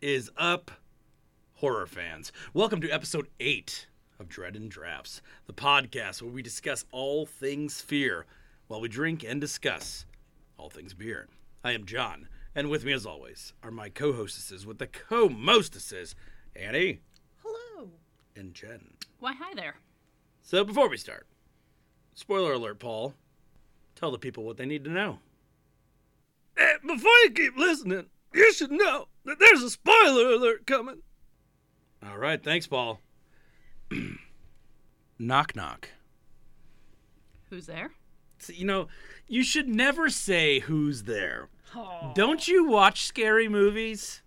is up, horror fans? Welcome to episode 8 of Dread and Drafts, the podcast where we discuss all things fear while we drink and discuss all things beer. I am John, and with me, as always, are my co hostesses with the co mostesses, Annie Hello. and Jen. Why, hi there. So before we start, spoiler alert, Paul, tell the people what they need to know. Eh, Before you keep listening, you should know that there's a spoiler alert coming. All right, thanks, Paul. knock, knock. Who's there? So, you know, you should never say who's there. Don't you watch scary movies?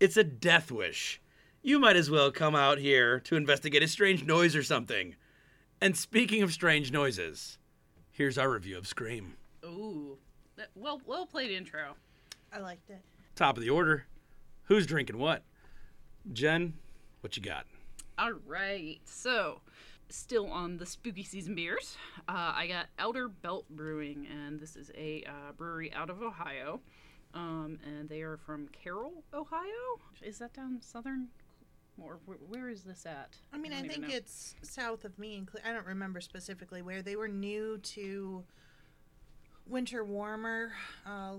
It's a death wish. You might as well come out here to investigate a strange noise or something. And speaking of strange noises, here's our review of Scream. Ooh. That- Well, well played intro. I liked it. Top of the order. Who's drinking what? Jen, what you got? All right. So, still on the spooky season beers, uh, I got Outer Belt Brewing, and this is a uh, brewery out of Ohio. Um, and they are from Carroll, Ohio. Is that down southern? Or wh- where is this at? I mean, I, don't even think know. it's south of me. and Cle- I don't remember specifically where they were new to winter warmer uh,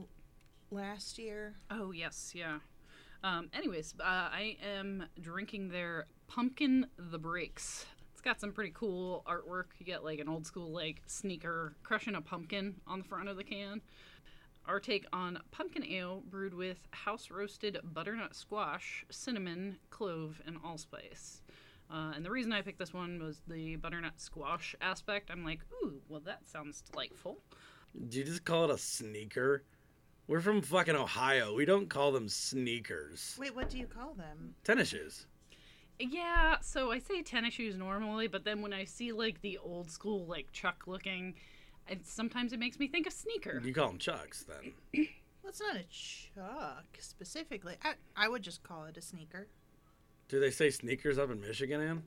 last year. Oh, yes, yeah. Um, anyways, uh, I am drinking their Pumpkin the Breaks. It's got some pretty cool artwork. You get like an old school like sneaker crushing a pumpkin on the front of the can. Our take on pumpkin ale brewed with house roasted butternut squash, cinnamon, clove, and allspice. Uh, and the reason I picked this one was the butternut squash aspect. I'm like, ooh, well, that sounds delightful. Did you just call it a sneaker? We're from fucking Ohio. We don't call them sneakers. Wait, what do you call them? Tennis shoes. Yeah, so I say tennis shoes normally, but then when I see like the old school like Chuck looking, it, sometimes it makes me think of sneaker. You call them chucks then. Well, it's not a chuck specifically. I, I would just call it a sneaker. Do they say sneakers up in Michigan, Ann?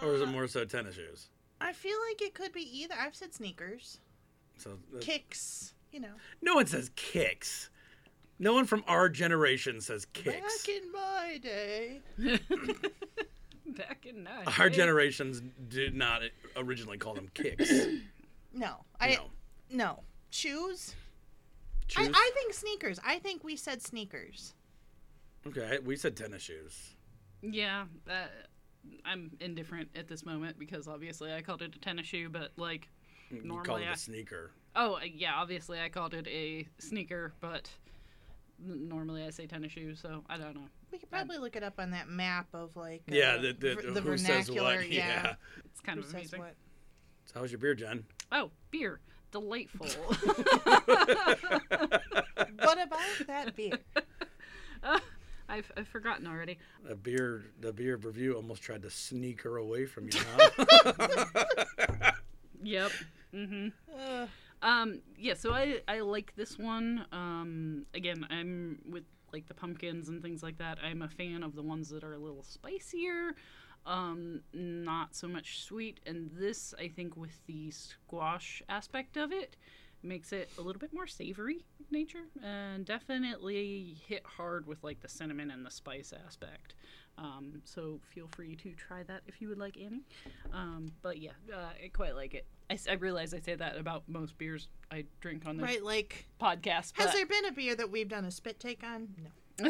Or is Uh-huh. it more so tennis shoes? I feel like it could be either. I've said sneakers, So that- kicks, you know. no one says kicks. No one from our generation says kicks. Back in my day. Back in nine. Our generations did not originally call them kicks. No, I No. no shoes. I, Shoes? I think sneakers. I think we said sneakers. Okay, we said tennis shoes. Yeah, uh, I'm indifferent at this moment because obviously I called it a tennis shoe, but like, you call Normally it I- a sneaker. oh uh, yeah, obviously I called it a sneaker, but n- normally I say tennis shoe, so I don't know. We could probably look it up on that map of like uh, yeah, the, the, ver- who says what? Yeah. It's kind Who of says amazing. what? So how's your beer, Jen? Oh, beer, delightful. What about that beer? I've I've forgotten already. A beer, the beer review almost tried to sneak her away from you. Huh? Yep. Mm-hmm. Um, yeah, so I, I like this one. Um, again, I'm with like the pumpkins and things like that. I'm a fan of the ones that are a little spicier, um, not so much sweet. And this, I think, with the squash aspect of it, makes it a little bit more savory in nature and definitely hit hard with like the cinnamon and the spice aspect. Um, so feel free to try that if you would like, Annie. Um, but yeah, uh, I quite like it. I, s- I realize I say that about most beers I drink on this Right, like podcast. has But, there been a beer that we've done a spit take on? No.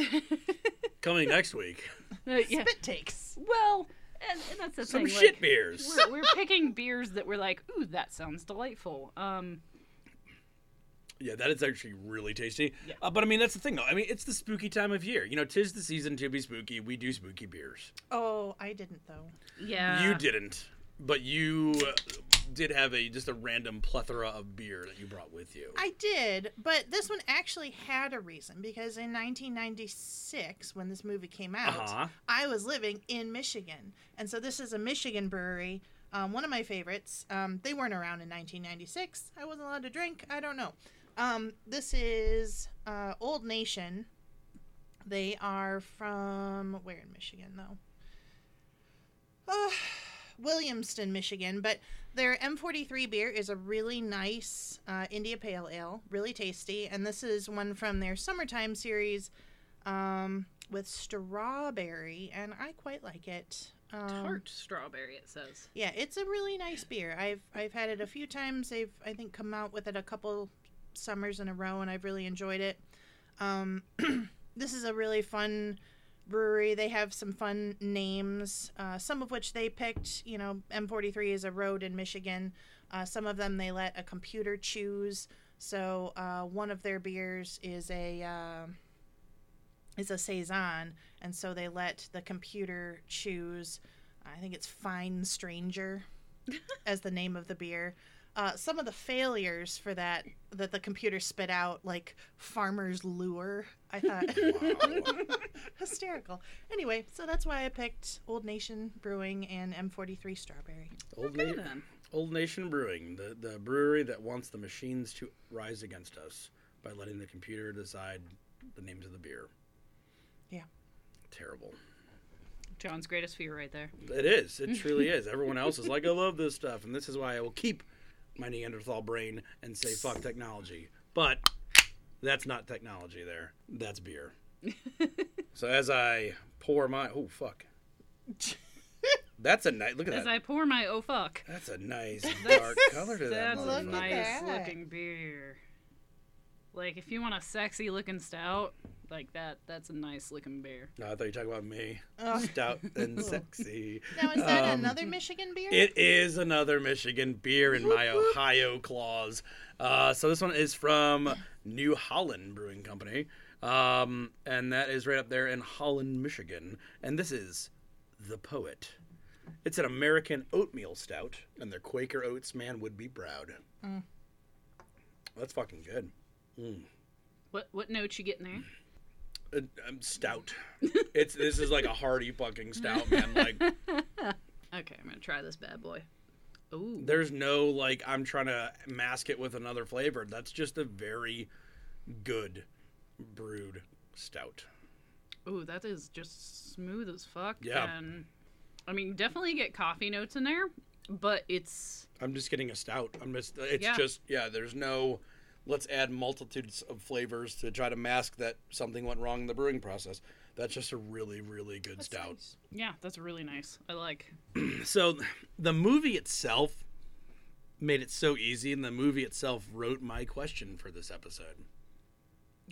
Coming next week, Uh, yeah. Spit takes. Well, and, and that's the some thing. shit like, beers. We're, we're picking beers that we're like, ooh, that sounds delightful. Um, Yeah, that is actually really tasty. Yeah. Uh, but I mean, that's the thing, though. I mean, it's the spooky time of year. You know, tis the season to be spooky. We do spooky beers. Oh, I didn't though. yeah. you didn't, but you uh, did have a just a random plethora of beer that you brought with you. I did, but this one actually had a reason because in 1996, when this movie came out, Uh-huh. I was living in Michigan, and so this is a Michigan brewery, um, one of my favorites. Um, they weren't around in 1996. I wasn't allowed to drink. I don't know. Um, this is uh, Old Nation. They are from where in Michigan though? Uh, Williamston, Michigan, but their M43 beer is a really nice uh, India Pale Ale, really tasty, and this is one from their summertime series um, with strawberry, and I quite like it. Um, Tart strawberry, it says. Yeah, it's a really nice beer. I've I've had it a few times. They've I think come out with it a couple summers in a row, and I've really enjoyed it. Um, this is a really fun brewery. They have some fun names, uh, some of which they picked. You know, M43 is a road in Michigan. Uh, some of them they let a computer choose. So uh, one of their beers is a uh, is a saison, and so they let the computer choose. I think it's Fine Stranger as the name of the beer. Uh, some of the failures for that that the computer spit out, like Farmer's Lure, I thought hysterical. Anyway, so that's why I picked Old Nation Brewing and M43 Strawberry. Old, Okay, Na- then. Old Nation Brewing, the, the brewery that wants the machines to rise against us by letting the computer decide the names of the beer. Yeah. Terrible. John's greatest fear right there. It is. It truly is. Everyone else is like, I love this stuff, and this is why I will keep my Neanderthal brain and say, fuck technology. But that's not technology there. That's beer. so as I pour my. Oh, fuck. That's a nice. Look at As that. I pour my oh fuck. That's a nice dark color to that. That's a Look at motherfucker. nice that. looking beer. Like if you want a sexy looking stout, like that, that's a nice looking beer. No, I thought you were talking about me. Oh. Ugh. Stout and sexy. Now is that Um, another Michigan beer? It is another Michigan beer in my Ohio claws. Uh, so this one is from New Holland Brewing Company, um, and that is right up there in Holland, Michigan. And this is the Poet. It's an American oatmeal stout, and their Quaker oats man would be proud. That's fucking good. What what note you getting there? Uh, um, stout. it's this is like a hearty fucking stout, man. Like Okay, I'm gonna try this bad boy. Ooh. there's no like I'm trying to mask it with another flavor. That's just a very good brewed stout. Ooh, that is just smooth as fuck. Yeah. And I mean, definitely get coffee notes in there, but it's I'm just getting a stout. I'm just it's Yeah. just yeah, there's no let's add multitudes of flavors to try to mask that something went wrong in the brewing process. That's just a really really good stout. yeah, that's really nice. I like. so the movie itself made it so easy and the movie itself wrote my question for this episode.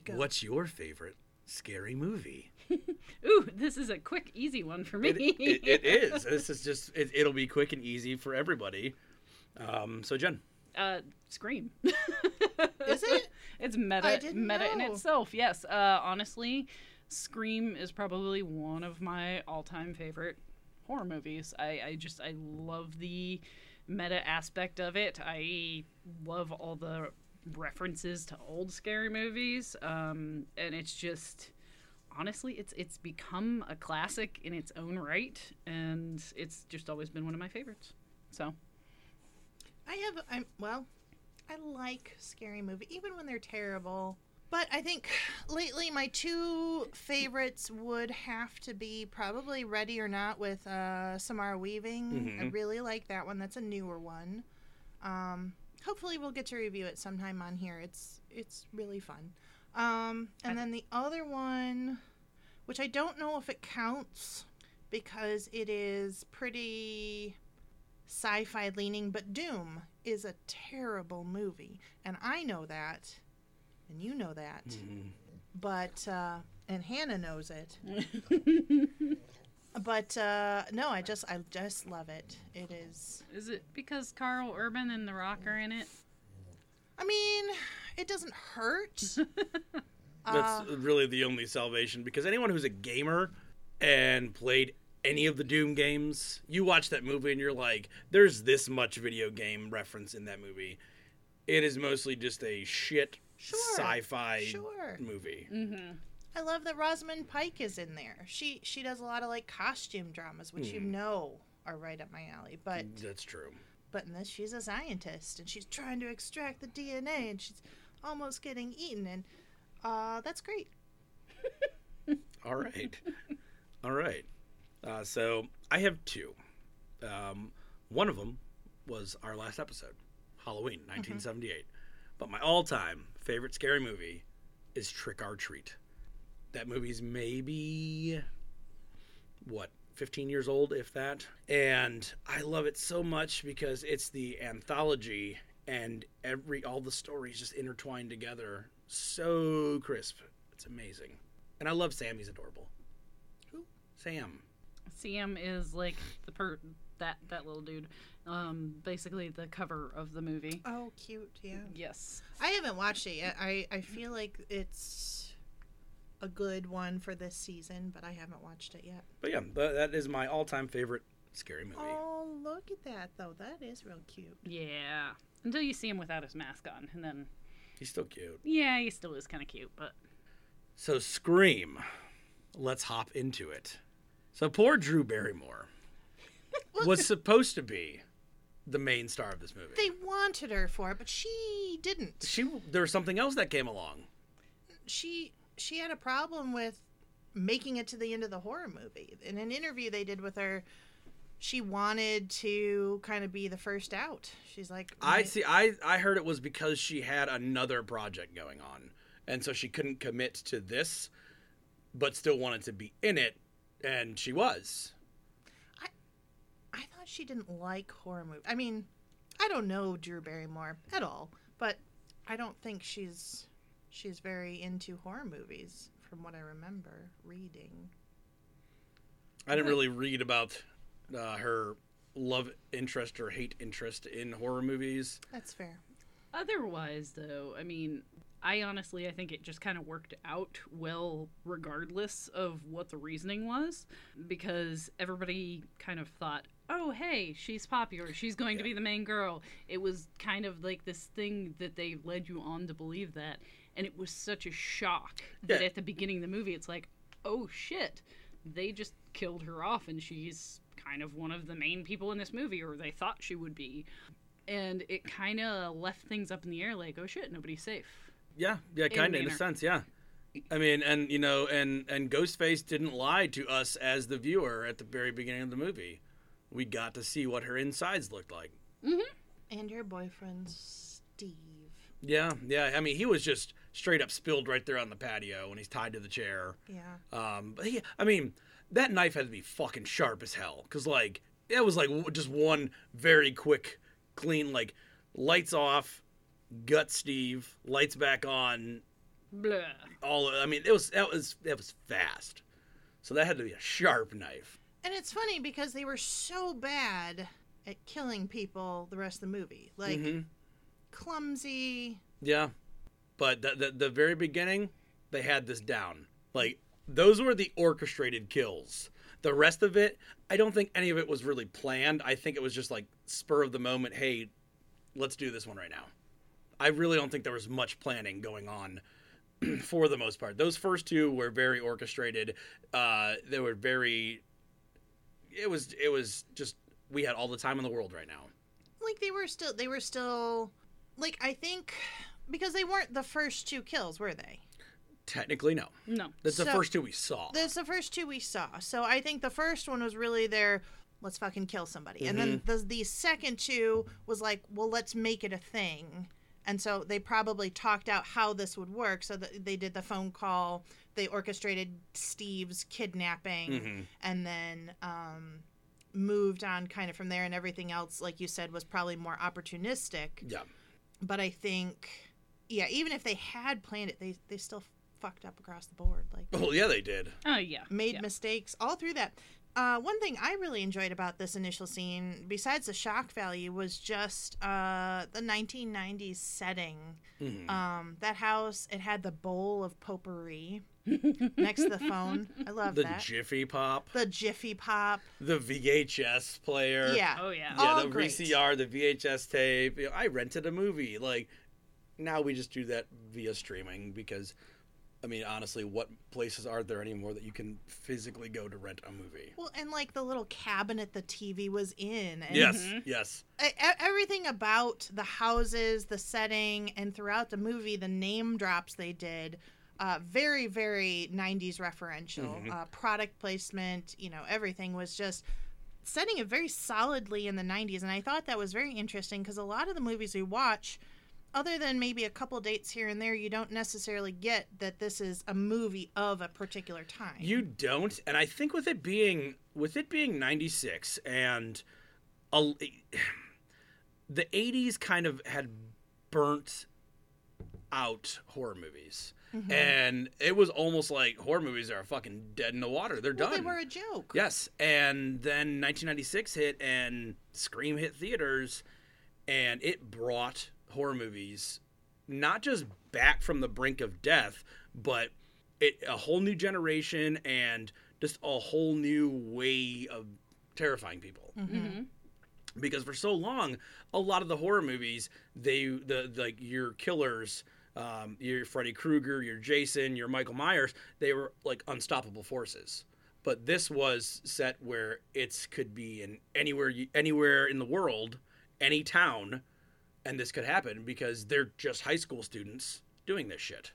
Go. What's your favorite scary movie? Ooh, this is a quick, easy one for me. It, it, it is. This is just it, it'll be quick and easy for everybody. Um, so Jen, uh, Scream. Is it? It's meta I didn't meta in know. itself. Yes. Uh, honestly, Scream is probably one of my all-time favorite horror movies. I, I just I love the meta aspect of it. I love all the references to old scary movies. Um, and it's just honestly it's it's become a classic in its own right and it's just always been one of my favorites. So, I have. I'm well. I like scary movie, even when they're terrible. But I think lately my two favorites would have to be probably Ready or Not with uh, Samara Weaving. I Mhm. really like that one. That's a newer one. Um, hopefully we'll get to review it sometime on here. It's it's really fun. Um, and then the other one, which I don't know if it counts because it is pretty sci-fi leaning, but Doom is a terrible movie, and I know that, and you know that, but uh, and Hannah knows it. but uh, no, I just I just love it. It is. is it because Carl Urban and The Rock are in it? I mean, it doesn't hurt. that's Uh. really the only salvation because anyone who's a gamer and played any of the Doom games, you watch that movie and you're like, there's this much video game reference in that movie. It is mostly just a shit Sure, sci-fi sure. Mm. movie. I love that Rosamund Pike is in there. She she does a lot of like costume dramas, which you know are right up my alley. But That's true. but in this, she's a scientist and she's trying to extract the DNA, and she's almost getting eaten, and uh, that's great. All right. All right. Uh, so I have two. Um, one of them was our last episode, Halloween, 1978. But my all time favorite scary movie is Trick or Treat. That movie's maybe what 15 years old, if that. And I love it so much because it's the anthology, and every all the stories just intertwined together so crisp. It's amazing, and I love Sam. He's adorable. Who? Sam. Sam is like the per that that little dude, um, basically the cover of the movie. Oh, cute. Yeah. Yes. I haven't watched it yet. I, I feel like it's a good one for this season, but I haven't watched it yet. But yeah, tha- that is my all-time favorite scary movie. Oh, look at that, though. That is real cute. Yeah. Until you see him without his mask on, and then He's still cute. yeah, he still is kind of cute, but So Scream. Let's hop into it. So poor Drew Barrymore was supposed to be the main star of this movie. They wanted her for it, but she didn't. she there was something else that came along. She she had a problem with making it to the end of the horror movie. In an interview they did with her, she wanted to kind of be the first out. She's like, I "My- see. I I heard it was because she had another project going on, and so she couldn't commit to this, but still wanted to be in it, and she was. I thought she didn't like horror movies. I mean, I don't know Drew Barrymore at all, but I don't think she's she's very into horror movies from what I remember reading. I didn't really read about uh, her love interest or hate interest in horror movies. That's fair. Otherwise, though, I mean, I honestly, I think it just kind of worked out well, regardless of what the reasoning was, because everybody kind of thought, oh, hey, she's popular. She's going to be the main girl. It was kind of like this thing that they led you on to believe that. And it was such a shock that Yeah. at the beginning of the movie, it's like, oh, shit. They just killed her off, and she's kind of one of the main people in this movie, or they thought she would be and it kind of left things up in the air like oh shit nobody's safe Yeah, yeah, kind of in a manner. sense, yeah. I mean, and you know, and and Ghostface didn't lie to us as the viewer at the very beginning of the movie. We got to see what her insides looked like. And your boyfriend Steve. Yeah, yeah. I mean, he was just straight up spilled right there on the patio when he's tied to the chair. Yeah. Um, but he, I mean, that knife had to be fucking sharp as hell. Cause like that was like w- just one very quick, clean like lights off, gut Steve, lights back on. blah All I mean, it was that was that was fast. So that had to be a sharp knife. And it's funny because they were so bad at killing people the rest of the movie. Like Mm-hmm. clumsy. Yeah, but the, the the very beginning, they had this down. Like those were the orchestrated kills. The rest of it, I don't think any of it was really planned. I think it was just like spur of the moment. Hey, let's do this one right now. I really don't think there was much planning going on for the most part. Those first two were very orchestrated. Uh, they were very. It was it was just we had all the time in the world right now. like they were still they were still like I think because they weren't the first two kills, were they? Technically, no. no That's the So- first two we saw. That's the first two we saw. So I think the first one was really their let's fucking kill somebody. And then the the second two was like, well, let's make it a thing. And so they probably talked out how this would work. So that they did the phone call. They orchestrated Steve's kidnapping, Mm-hmm. and then um, moved on kind of from there. And everything else, like you said, was probably more opportunistic. yeah. but I think, yeah, even if they had planned it, they they still fucked up across the board. Like Oh yeah, they did. oh yeah made yeah. mistakes all through that. Uh, one thing I really enjoyed about this initial scene, besides the shock value, was just uh, the 1990s setting. Mm-hmm. Hmm. Um, that house, it had the bowl of potpourri next to the phone. I love the that. Jiffy Pop, the Jiffy Pop. the VHS player. Yeah. oh yeah Yeah, All the great. VCR, the VHS tape. You know, I rented a movie. Like now we just do that via streaming because I mean, honestly, what places are there anymore that you can physically go to rent a movie? Well, and like the little cabinet the TV was in. And Yes, yes. e- e- everything about the houses, the setting, and throughout the movie, the name drops they did, uh, very, very 90s referential. Mm-hmm. Uh, product placement, you know, everything was just setting it very solidly in the 90s. And I thought that was very interesting because a lot of the movies we watch other than maybe a couple dates here and there, you don't necessarily get that this is a movie of a particular time. You don't, and I think with it being with it being '96 and a, the '80s kind of had burnt out horror movies, Mm-hmm. and it was almost like horror movies are fucking dead in the water. They're well, done. they were a joke. Yes, and then 1996 hit, and Scream hit theaters, and it brought horror movies not just back from the brink of death, but it a whole new generation and just a whole new way of terrifying people Mm-hmm. because for so long a lot of the horror movies they the like your killers um, your freddy krueger your jason your michael myers they were like unstoppable forces but this was set where it's could be in anywhere you, anywhere in the world any town and this could happen because they're just high school students doing this shit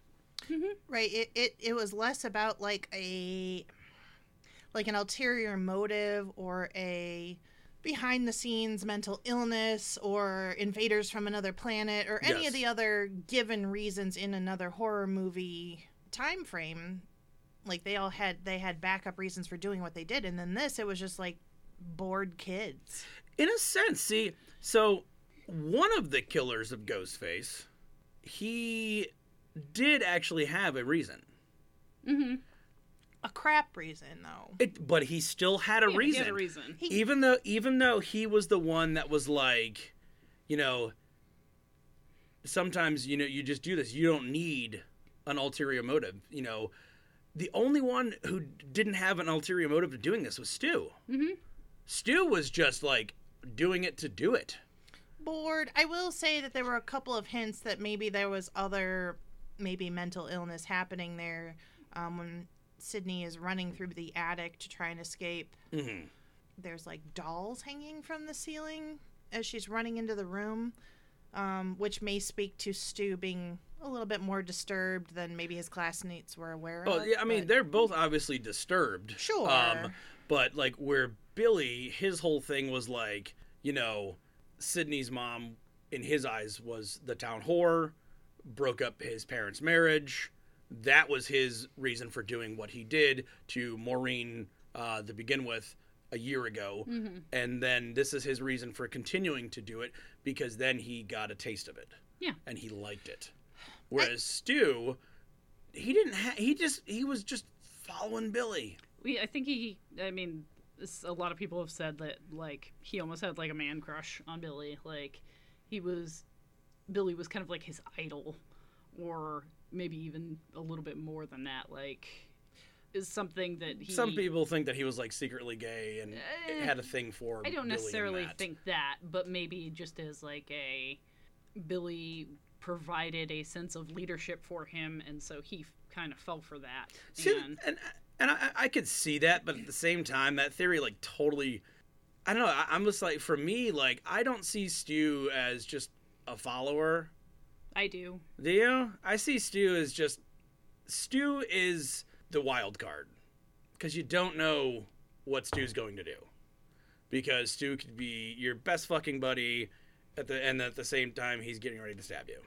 Right. It, it it was less about like a like an ulterior motive or a behind the scenes mental illness or invaders from another planet or any Yes. of the other given reasons in another horror movie time frame. Like they all had they had backup reasons for doing what they did and then this it was just like bored kids. in a sense see so one of the killers of ghostface he did actually have a reason Mm-hmm. A crap reason though. It, but he still had a, He reason. had a reason. He- Even though, even though he was the one that was like, you know, sometimes you know you just do this. You don't need an ulterior motive. You know, the only one who didn't have an ulterior motive to doing this was Stu. Mhm. Stu was just like doing it to do it. bored. I will say that there were a couple of hints that maybe there was other, maybe mental illness happening there um, when Sydney is running through the attic to try and escape. Mhm. There's like dolls hanging from the ceiling as she's running into the room, um, which may speak to Stu being a little bit more disturbed than maybe his classmates were aware Oh of. yeah, I mean but- they're um, both obviously disturbed. Sure. but like where Billy, his whole thing was like, you know, Sydney's mom, in his eyes, was the town whore, broke up his parents' marriage. That was his reason for doing what he did to Maureen uh, to begin with a year ago, Mm-hmm. and then this is his reason for continuing to do it because then he got a taste of it Yeah. and he liked it. Whereas Stu, he didn't. Ha- he just he was just following Billy. We, I think he. I mean, this, a lot of people have said that like he almost had like a man crush on Billy. Like he was, Billy was kind of like his idol, or maybe even a little bit more than that. Like is something that he. Some people think that he was like secretly gay and Eh, had a thing for. I Billy don't and necessarily Matt. think that, but maybe just as like a Billy provided a sense of leadership for him, and so he f- kind of fell for that. See, and and and I, I could see that, but at the same time, that theory like totally. I don't know. I, I'm just like for me, like I don't see Stu as just a follower. I do. Do you? I see Stu as just Stu is the wild card because you don't know what Stu's going to do because Stu could be your best fucking buddy at the and at the same time he's getting ready to stab you.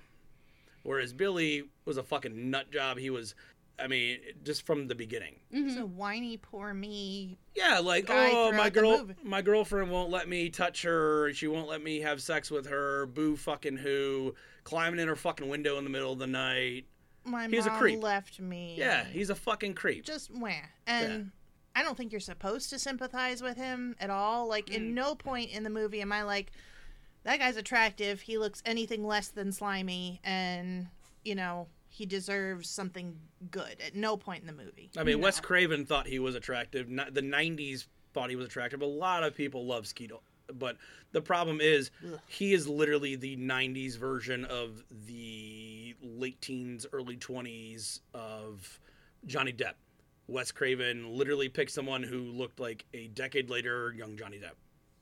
Whereas Billy was a fucking nut job. He was, I mean, just from the beginning. So whiny, poor me. Yeah, like guy oh my throughout the girl, movie. my girlfriend won't let me touch her. She won't let me have sex with her. Boo fucking who? Climbing in her fucking window in the middle of the night. My He was a mom creep. left me. Yeah, he's a fucking creep. just wah. And I don't think you're supposed to sympathize with him at all. Like, Mm. in no point in the movie am I like, that guy's attractive. He looks anything less than slimy, and you know he deserves something good. At no point in the movie. I mean, Wes Craven thought he was attractive. Not, the '90s thought he was attractive. A lot of people love Skeet, but the problem is he is literally the '90s version of the late teens, early 20s of Johnny Depp. Wes Craven literally picked someone who looked like a decade later young Johnny Depp,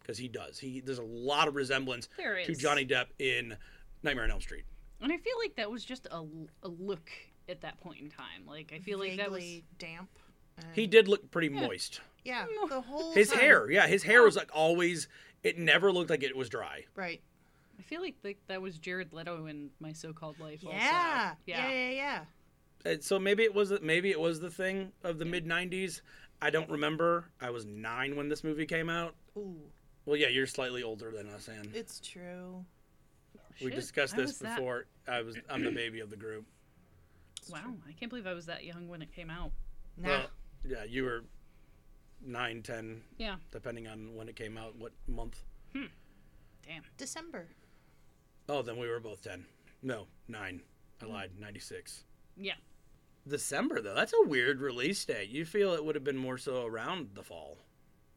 because he does. He there's a lot of resemblance There to is. Johnny Depp in Nightmare on Elm Street. And I feel like that was just a, a look at that point in time. Like I feel like that was Vaguely damp. and- He did look pretty moist. yeah, the whole His time. hair, yeah, his hair was like always. It never looked like it was dry. right. I feel like th- that was Jared Leto in my so-called life. also. Yeah. yeah, Yeah. Yeah. Yeah. Uh, So maybe it was maybe it was the thing of the mid '90s. I don't remember. I was nine when this movie came out. Ooh, Well, yeah, you're slightly older than us, Anne. it's true. We Shit, discussed I this was that- before. I was I'm the baby of the group. Wow, I can't believe I was that young when it came out. Nah. Well, yeah, you were nine, ten, Yeah, depending on when it came out, what month. damn. December. Oh, then we were both ten. No, nine. I lied. Ninety six. Yeah, December though. That's a weird release date. You feel it would have been more so around the fall.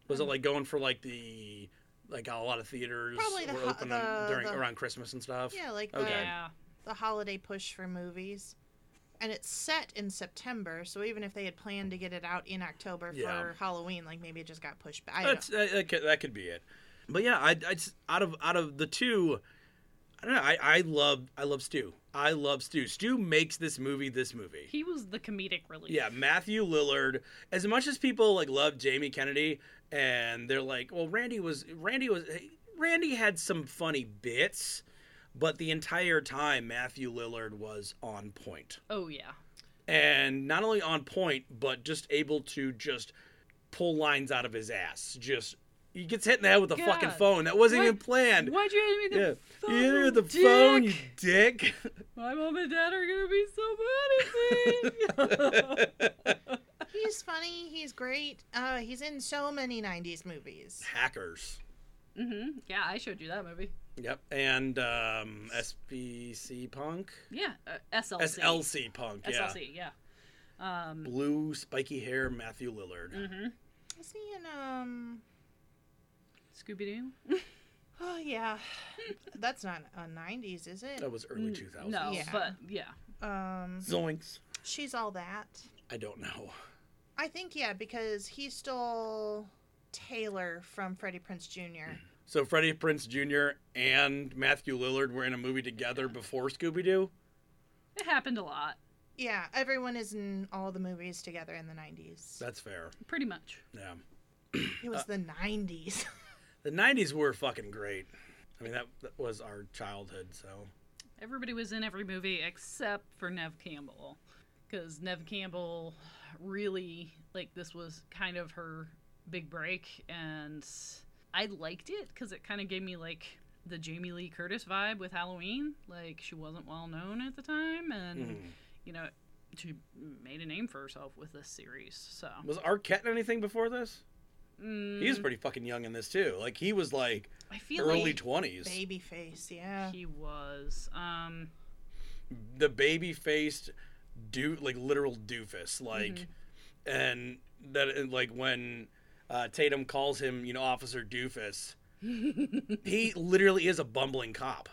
Was it Um, like going for like the like a lot of theaters Probably the were ho- open on, the- during the- around Christmas and stuff? Yeah, like uh, the, Okay. yeah. the holiday push for movies. And it's set in September, so even if they had planned to get it out in October for Yeah. Halloween, like maybe it just got pushed back. I don't That's that, that, could, that could be it. But yeah, I, I just- out of out of the two, I don't know. I, I love I love Stu. I love Stu. Stu makes this movie this movie. He was the comedic relief. Yeah, Matthew Lillard. As much as people like love Jamie Kennedy, and they're like, well, Randy was Randy was Randy had some funny bits, but the entire time Matthew Lillard was on point Oh yeah. and not only on point, but just able to just pull lines out of his ass. Just he gets hit in the head with a fucking God. phone that wasn't What- even planned. Why'd you hand me the Yeah, phone? you hit the dick? phone, you dick. My mom and dad are gonna be so mad at me. He's funny. He's great. Uh, he's in so many '90s movies. Hackers. hmm Yeah, I showed you that movie. Yep, and um, SBC Punk, Yeah, uh, SLC. SLC Punk, yeah. SLC. Yeah. Um, Blue spiky hair, Matthew Lillard. hmm Is he in? Um. Scooby Doo. Oh yeah, that's not a '90s, is it? That was early two thousand. Mm, No, Yeah. but yeah. Um. Zoinks. She's all that. I don't know. I think yeah, because he stole Taylor from Freddie Prince Jr. So Freddie Prince Jr. and Matthew Lillard were in a movie together before Scooby Doo. It happened a lot, Yeah, everyone is in all the movies together in the '90s. That's fair. pretty much. Yeah. It uh, was the '90s. The '90s were fucking great. I mean, that, that was our childhood. So Everybody was in every movie except for Nev Campbell. Because Nev Campbell really, like, this was kind of her big break. And I liked it because it kind of gave me, like, the Jamie Lee Curtis vibe with Halloween. Like, she wasn't well known at the time. And, Mhm. you know, she made a name for herself with this series. So, was Arquette in anything before this? mm, He was pretty fucking young in this too. Like he was like I feel early like twenties, Babyface. Yeah. he was. Um, the baby faced dude, like literal doofus, like, and that and, like when uh, Tatum calls him, you know, Officer Doofus. he literally is a bumbling cop.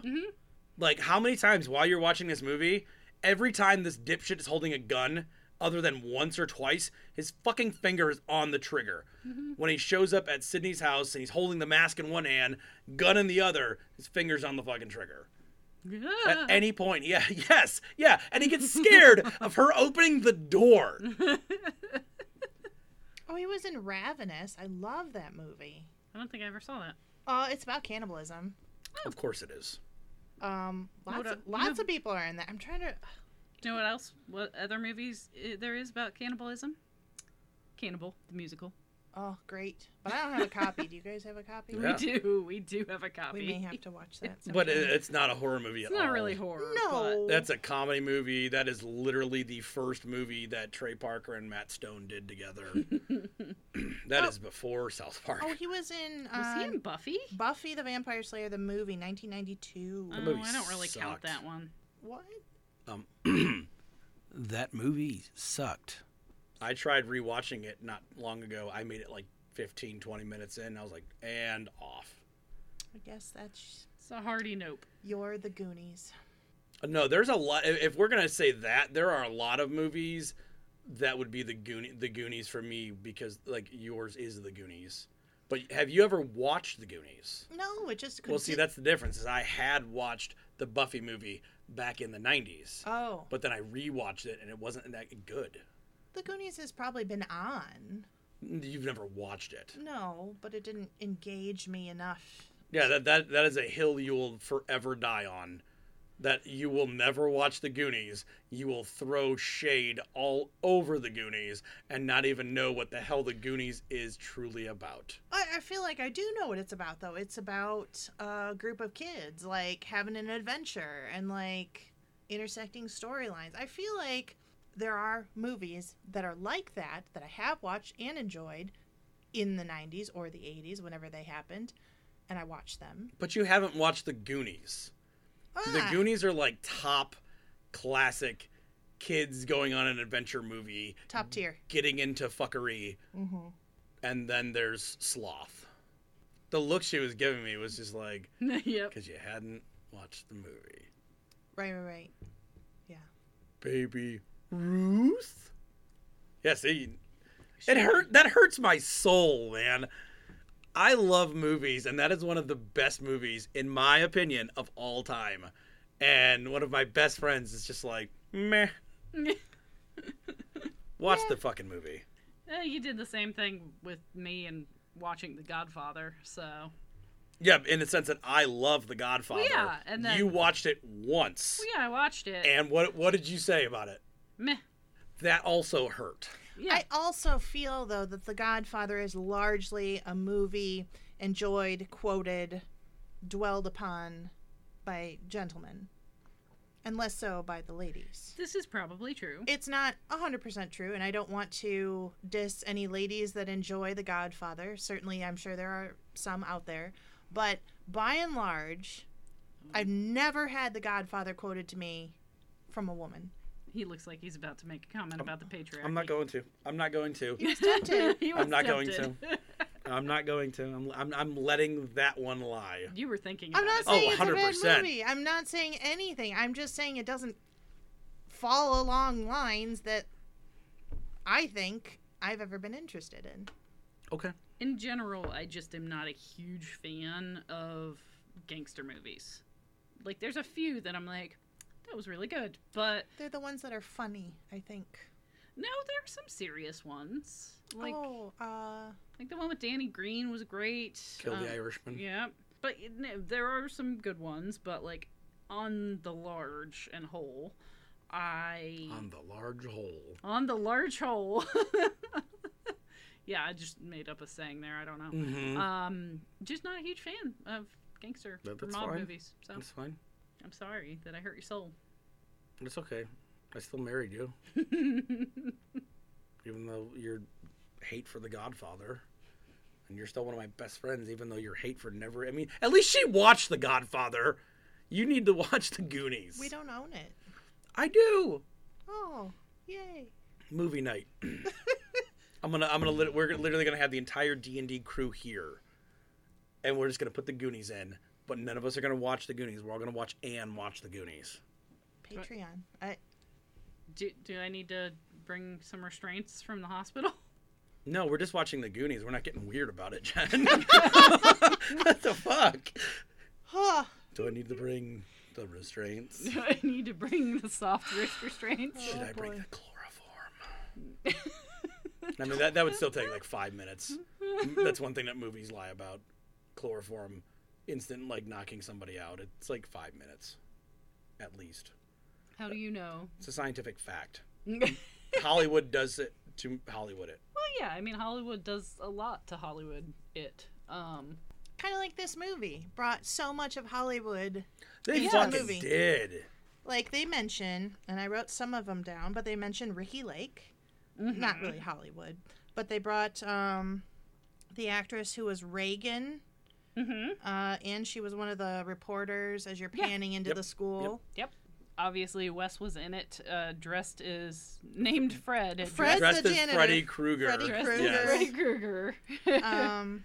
Like how many times while you're watching this movie, every time this dipshit is holding a gun, other than once or twice, his fucking finger is on the trigger. When he shows up at Sydney's house and he's holding the mask in one hand, gun in the other, his finger's on the fucking trigger. Uh-huh. At any point, yeah, yes, yeah, and he gets scared of her opening the door. Oh, he was in Ravenous. I love that movie. I don't think I ever saw that. Uh, it's about cannibalism. Of course it is. Um, No, lots, no, of, lots no. of people are in that. I'm trying to. You know what else? What other movies uh, there is about cannibalism? Cannibal, the musical. Oh, great! But I don't have a copy. Do you guys have a copy? Yeah. We do. We do have a copy. We may have to watch that. But it, sometime. it's not a horror movie it's at not all. really horror. no, That's a comedy movie. That is literally the first movie that Trey Parker and Matt Stone did together. That Oh. is before South Park. oh, he was in But... Was he um, in Buffy? Buffy the Vampire Slayer the movie, 1992. Oh, movie I don't really count sucked. that one. what? Um, that movie sucked. I tried rewatching it not long ago. I made it like 15, 20 minutes in. I was like, and off. I guess that's It's a hearty nope. you're the Goonies. No, there's a lot. i- If we're gonna say that, there are a lot of movies that would be the Goonies, the Goonies for me because like yours is the Goonies. But have you ever watched the Goonies? No, it just. Well, see, consi- that's the difference. Is I had watched the Buffy movie back in the '90s, Oh, but then I rewatched it and it wasn't that good. the Goonies has probably been on. You've never watched it. No, but it didn't engage me enough Yeah, that, that that is a hill you will forever die on. That you will never watch the Goonies. You will throw shade all over the Goonies and not even know what the hell the Goonies is truly about. I, I feel like I do know what it's about though. It's about a group of kids like having an adventure and like intersecting storylines. I feel like there are movies that are like that that I have watched and enjoyed in the 90s or the 80s whenever they happened and I watched them. But you haven't watched the Goonies. The Ah, Goonies are like top classic kids going on an adventure movie, top tier. getting into fuckery, Mhm. and then there's Sloth. The look she was giving me was just like, yep. because you hadn't watched the movie. Right, right, right. Yeah. Baby Ruth? Yeah, see, it hurt. That hurts my soul, man. I love movies, and that is one of the best movies, in my opinion, of all time. And one of my best friends is just like, meh. Watch the fucking movie. Uh, you did the same thing with me and watching The Godfather, so Yeah, in the sense that I love The Godfather. yeah, and then- you watched it once. Well, yeah, I watched it. And what what did you say about it? Meh. That also hurt. Yeah. I also feel though that The Godfather is largely a movie enjoyed, quoted, dwelled upon by gentlemen, and less so by the ladies. this is probably true. It's not 100% true, and I don't want to diss any ladies that enjoy The Godfather. Certainly, I'm sure there are some out there. But by and large, I've never had The Godfather quoted to me from a woman. he looks like he's about to make a comment about the patriarchy. I'm not going to. I'm not going to. He was tempted. He I'm was not going tempted. I'm not going to. I'm I'm, I'm letting that one lie. you were thinking. I'm about not it. Oh, saying it's a bad 100%. movie. I'm not saying anything. I'm just saying it doesn't fall along lines that I think I've ever been interested in. Okay. in general, I just am not a huge fan of gangster movies. Like, there's a few that I'm like, that was really good, but They're the ones that are funny, I think. no, there are some serious ones. Like, oh, uh, like the one with Danny Green was great. Kill Um, the Irishman. Yeah, but you know, there are some good ones, but like on the large and whole, I On the large hole. on the large whole. yeah, I just made up a saying there. I don't know. Mm-hmm. Um, just not a huge fan of gangster That- or that's mob fine. movies. So That's fine. I'm sorry that I hurt your soul. It's okay. I still married you, even though your hate for The Godfather, and you're still one of my best friends, even though your hate for never. I mean, at least she watched The Godfather. You need to watch The Goonies. we don't own it. I do. Oh, yay. Movie night. I'm gonna. I'm gonna. Lit- we're gonna- literally gonna have the entire D and D crew here, and we're just gonna put the Goonies in. But none of us are gonna watch the Goonies. We're all gonna watch Anne watch the Goonies. Patreon. I, Do, do I need to bring some restraints from the hospital? No, we're just watching the Goonies. We're not getting weird about it, Jen. what the fuck? huh. Do I need to bring the restraints? Do I need to bring the soft wrist restraints? Should I bring Oh, boy. the chloroform? I mean, that, that would still take like five minutes. That's one thing that movies lie about chloroform, instant like knocking somebody out. It's like five minutes, at least. How do you know? It's a scientific fact. well, Hollywood does it to Hollywood it. yeah. I mean, Hollywood does a lot to Hollywood. It. Um. Kind of like this movie brought so much of Hollywood They Yeah. fucking Movie. did. like they mention and i wrote some of them down but they mentioned ricky lake not really hollywood but they brought um, the actress who was reagan Mm-hmm. hmm uh, and she was one of the reporters as you're Yeah. panning into Yep, the school Yep. Obviously, Wes was in it. Uh, dressed as named Fred. and Fred- That's Dressed the as janitor. Freddy Krueger. Freddy Dressed Krueger. as Yes. Freddy Krueger. um,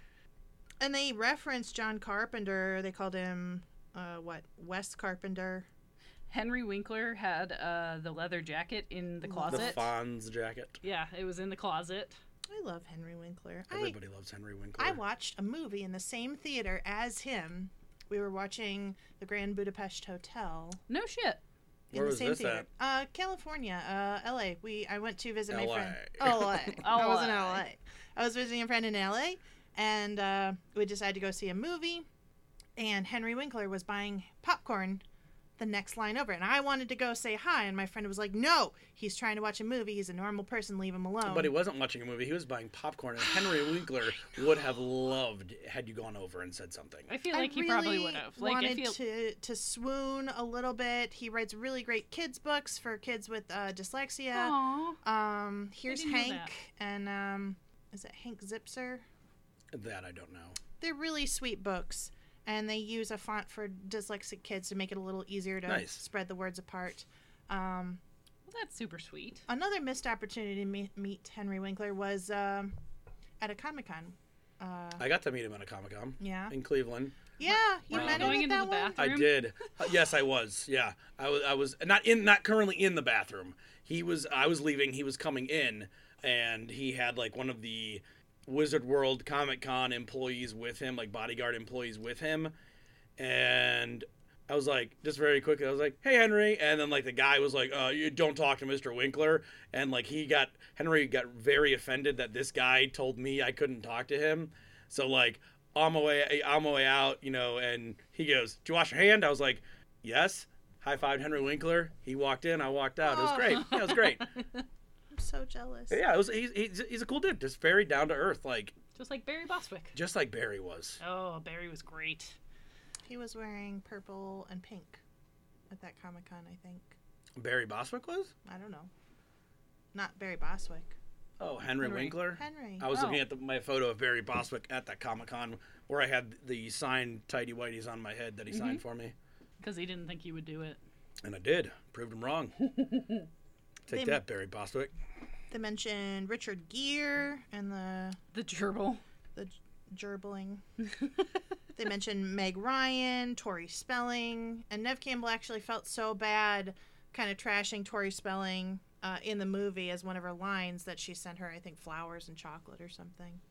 and they referenced john carpenter they called him uh, what wes carpenter Henry Winkler had uh, the leather jacket in the The closet. Fonz jacket. yeah, it was in the closet. i love henry winkler I, Everybody loves Henry Winkler. I watched a movie in the same theater as him we were watching the grand budapest hotel No shit. in Where the was same this theater. Uh, California, uh, LA. We I went to visit my friend. LA. LA. Oh, I was in LA. LA. I was visiting a friend in LA, and uh, we decided to go see a movie. and Henry Winkler was buying popcorn the next line over. And I wanted to go say hi, and my friend was like, No, he's trying to watch a movie. He's a normal person. Leave him alone. But he wasn't watching a movie. He was buying popcorn, and Henry Winkler would have loved had you gone over and said something. I feel like he probably would have. Like wanted I feel to to swoon a little bit. He writes really great kids books for kids with uh, dyslexia. Aw. Um, here's didn't know Hank that. and um, is it Hank Zipser? That I don't know. They're really sweet books, and they use a font for dyslexic kids to make it a little easier to Nice. spread the words apart. Um, Well, that's super sweet. another missed opportunity to meet, meet Henry Winkler was um, at a Comic Con. Uh, I got to meet him at a Comic Con yeah, in Cleveland. yeah, you Wow. met him Going at into that the one. I bathroom. did. Uh, yes, I was. Yeah, I was. I was not in. Not currently in the bathroom. He was. I was leaving. He was coming in, and he had like one of the Wizard World Comic Con employees with him, like bodyguard employees with him, and. I was like, just very quickly, I was like, "Hey, Henry," and then like the guy was like, "Uh, you don't talk to Mr. Winkler," and like he got Henry got very offended that this guy told me I couldn't talk to him, so like on my way on my way out, you know, and he goes, "Did you wash your hand?" I was like, "Yes." High fived Henry Winkler. He walked in. I walked out. It was Oh. great. Yeah, it was great. I'm so jealous. yeah, it was. He's, he's, he's a cool dude. Just very down to earth, like Just like Barry Bostwick. just like Barry was. Oh, Barry was great. He was wearing purple and pink at that Comic Con, I think. Barry Bostwick was. I don't know. Not Barry Boswick. Oh, Henry, Henry. Winkler. Henry. I was Oh. looking at the, my photo of Barry Bostwick at that Comic Con where I had the signed tidy whities on my head that he Mm-hmm. signed for me, Because he didn't think he would do it. and I did. Proved him wrong. Take They- that, Barry Bostwick. They mentioned Richard Gere and the The gerbil. the g- gerbling. they mentioned Meg Ryan, Tori Spelling, and Nev Campbell actually felt so bad, kind of trashing Tori Spelling uh, in the movie as one of her lines that she sent her, I think, flowers and chocolate or something.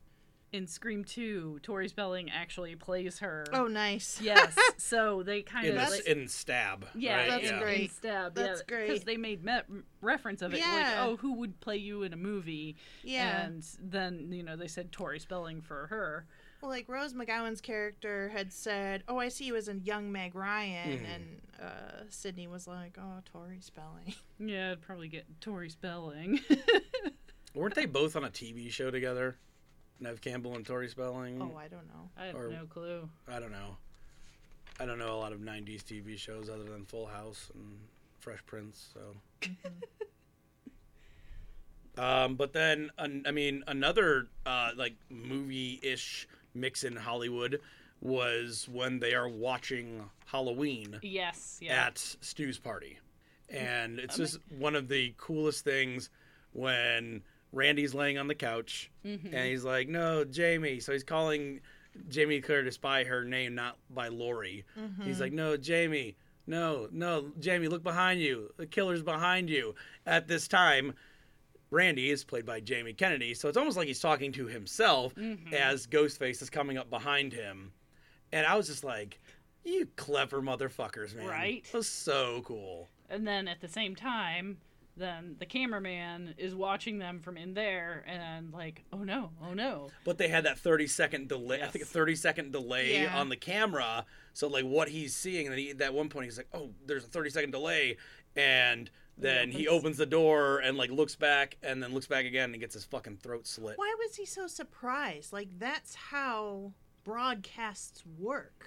In Scream 2, Tori Spelling actually plays her. Oh, nice. Yes. so they kind In, of. that's, Like, in stab. yeah, right? That's yeah. great. In stab, That's yeah, great. they made me- reference of it, Yeah. like, "Oh, who would play you in a movie?" Yeah. And then you know they said Tori Spelling for her. Well, like Rose McGowan's character had said, "Oh, I see you as a young Meg Ryan," Mhm. and uh, Sydney was like, "Oh, Tori Spelling." Yeah, I'd probably get Tori Spelling. Weren't they both on a TV show together? Nev Campbell and Tori Spelling. oh, I don't know. I have Or- no clue. I don't know. I don't know a lot of '90s TV shows other than Full House and Fresh Prince. So, um, but then an, I mean, another uh, like movie-ish mix in Hollywood was when they are watching Halloween Yes. Yeah. at Stu's party. And it's just one of the coolest things when Randy's laying on the couch Mm-hmm. and he's like, No, Jamie. So he's calling Jamie Curtis by her name, not by Lori. Mm-hmm. He's like, No, Jamie. No, no, Jamie, look behind you. The killer's behind you. At this time, Randy is played by Jamie Kennedy. So it's almost like he's talking to himself as Ghostface is coming up behind him. And I was just like, you clever motherfuckers, man. Right? That was so cool. and then at the same time then the cameraman is watching them from in there and like oh no oh no But they had that 30 second delay. I think a Yes. 30 second delay Yeah. on the camera. So, like, what he's seeing, and he, at one point, he's like, oh, there's a 30 second delay. And then he opens. opens the door and, like, looks back and then looks back again and gets his fucking throat slit. Why was he so surprised? Like that's how broadcasts work.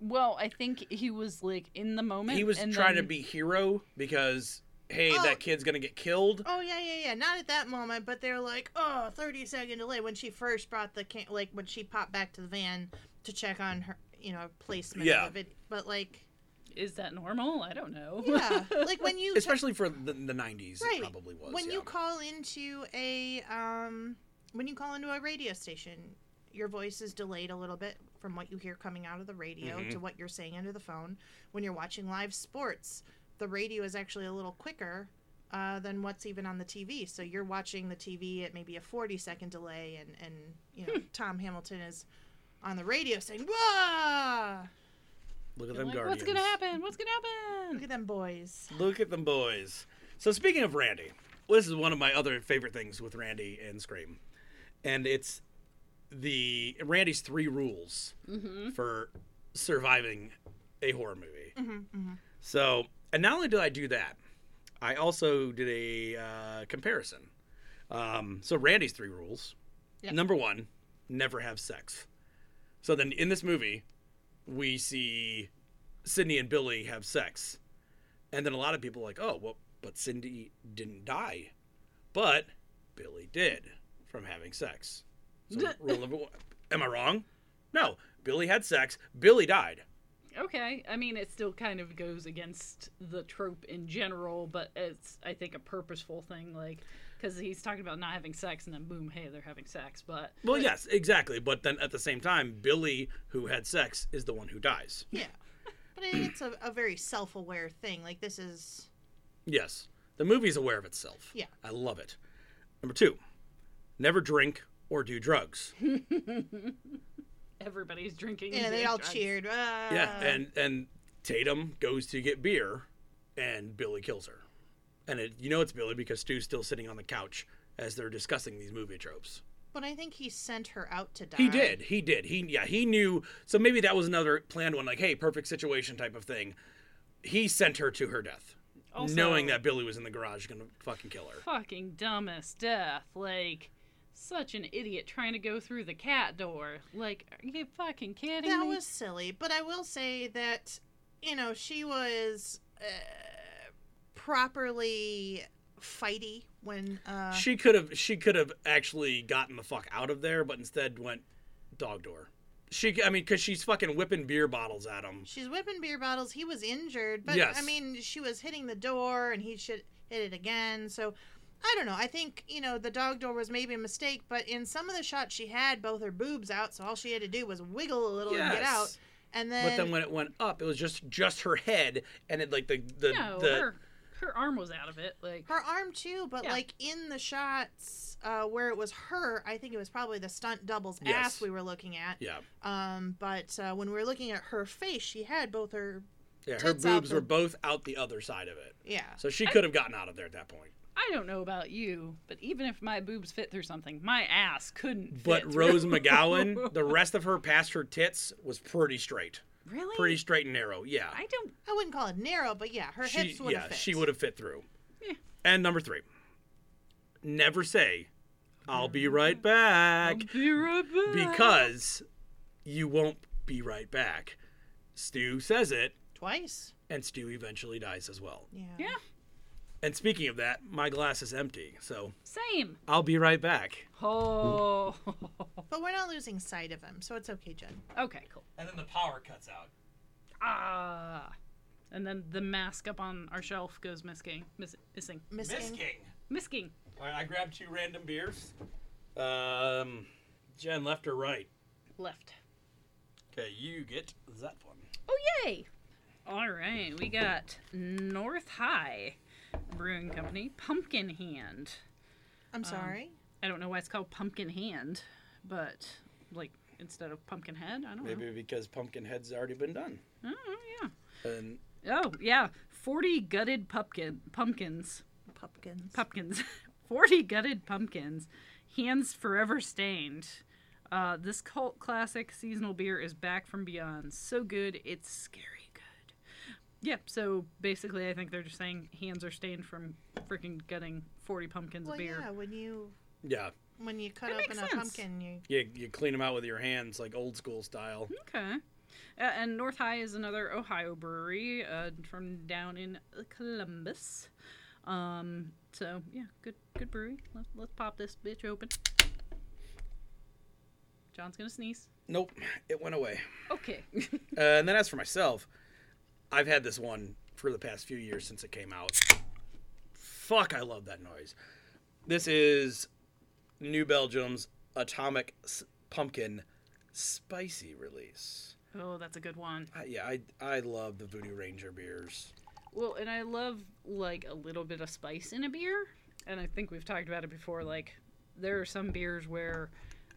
well i think he was like in the moment He was and trying to then- be hero because, hey, Oh. that kid's going to get killed. Oh yeah, yeah, yeah. Not at that moment, but they're like, "Oh, 30 second delay." When she first brought the can- like when she popped back to the van to check on her, you know, placement Yeah. of it. But like, is that normal i don't know yeah, like when Oh, you Especially for the, the 90s, Right. it probably was. when you yeah. call into a um, when you call into a radio station your voice is delayed a little bit from what you hear coming out of the radio Mhm. to what you're saying under the phone when you're watching live sports the radio is actually a little quicker uh, than what's even on the TV. So you're watching the TV at maybe a 40 second delay, and, and you know Tom Hamilton is on the radio saying, "Whoa, Look at You're them like, guardians. what's gonna happen what's gonna look happen at them boys!" Look at them boys. So speaking of Randy, well, this is one of my other favorite things with Randy and Scream, Mm-hmm. Hmm. and it's the Randy's three rules for surviving a horror movie. Mm-hmm, So, and not only did I do that, I also did a uh, comparison. Um, so Randy's three rules. Yeah. Number one, never have sex. So then in this movie, we see Sydney and Billy have sex, and then a lot of people are like, oh, well, but Cindy didn't die, but Billy did from having sex. So rule number one. Am I wrong? No, Billy had sex. Billy died. Okay, I mean it still kind of goes against the trope in general, but it's I think a purposeful thing, like because he's talking about not having sex, and then boom, hey, they're having sex. But Well, yes, exactly. But then at the same time, Billy, who had sex, is the one who dies. Yeah. But I think it's a, a very self aware thing. Like, this is. Yes. The movie's aware of itself. Yeah. I love it. Number two, never drink or do drugs. everybody's drinking. You know, and they doing all drugs. cheered. Ah. yeah. And and Tatum goes to get beer and Billy kills her. And it, you know it's Billy because Stu's still sitting on the couch as they're discussing these movie tropes. But I think he sent her out to die. He did. He did. He yeah, he knew so maybe that was another planned one, like, hey, perfect situation type of thing. He sent her to her death. Also- knowing that Billy was in the garage gonna fucking kill her. Fucking dumbest death, like such an idiot trying to go through the cat door. Like, are you fucking kidding That me? was silly. But I will say that, you know, she was uh, properly fighty when. Uh, She could have she could have actually gotten the fuck out of there, but instead went dog door. She I mean cuz she's fucking whipping beer bottles at him. She's whipping beer bottles. He was injured, but Yes. I mean, she was hitting the door, and he should hit it again. So, I don't know. I think you know the dog door was maybe a mistake, but in some of the shots, she had both her boobs out, so all she had to do was wiggle a little and get out. Yes. And then, But then when it went up, it was just just her head and it like the the, no, the her her arm was out of it. Like, her arm too, but Yeah. like in the shots uh, where it was her, I think it was probably the stunt double's Yes. ass we were looking at. yeah. Um, but uh, when we were looking at her face, she had both her Yeah, her Tits out boobs the- were both out the other side of it. yeah. So she could have gotten out of there at that point. I don't know about you, but even if my boobs fit through something, my ass couldn't. But fit Rose through. McGowan, the rest of her past her tits was pretty straight. really, Pretty straight and narrow. Yeah. I don't. I wouldn't call it narrow, but yeah, her hips would have yeah, fit. she would have fit through. Yeah. And number three, never say, "I'll be right back," Be right back. because you won't be right back. Stu says it, twice. and Stu eventually dies as well. Yeah. yeah, And speaking of that, my glass is empty, so same. I'll be right back. Oh, But we're not losing sight of him, so it's okay, Jen. okay, cool. And then the power cuts out. Ah, and then the mask up on our shelf goes missing, miss, missing, Miss Ng- missing. All right, I grabbed two random beers. Um, Jen, left or right? Left. Okay, you get that one. Oh yay! All right, we got North High Brewing Company Pumpkin Hand. um, I'm sorry. I don't know why it's called Pumpkin Hand, but like instead of Pumpkin Head, I don't know. Maybe because Pumpkinhead's already been done. Oh yeah. And Oh yeah, forty gutted pumpkin pumpkins Pumpkins. pumpkins, forty gutted pumpkins, hands forever stained. Uh, this cult classic seasonal beer is back from beyond. So good, it's scary good. Yep. so basically, I think they're just saying hands are stained from freaking gutting forty pumpkins well, of beer. yeah. When you yeah, when you cut That open makes a sense. pumpkin, you you, you clean them out with your hands, like old school style. Okay. Uh, and North High is another Ohio brewery uh, from down in Columbus. Um, so yeah, good good brewery. Let, let's pop this bitch open. John's gonna sneeze. Nope, it went away. Okay. Uh, and then as for myself, I've had this one for the past few years since it came out. Fuck, I love that noise. This is New Belgium's Atomic S- Pumpkin Spicy Release. oh, that's a good one. I, yeah, I I love the Voodoo Ranger beers. Well, and I love like a little bit of spice in a beer. And I think we've talked about it before. Like, there are some beers where,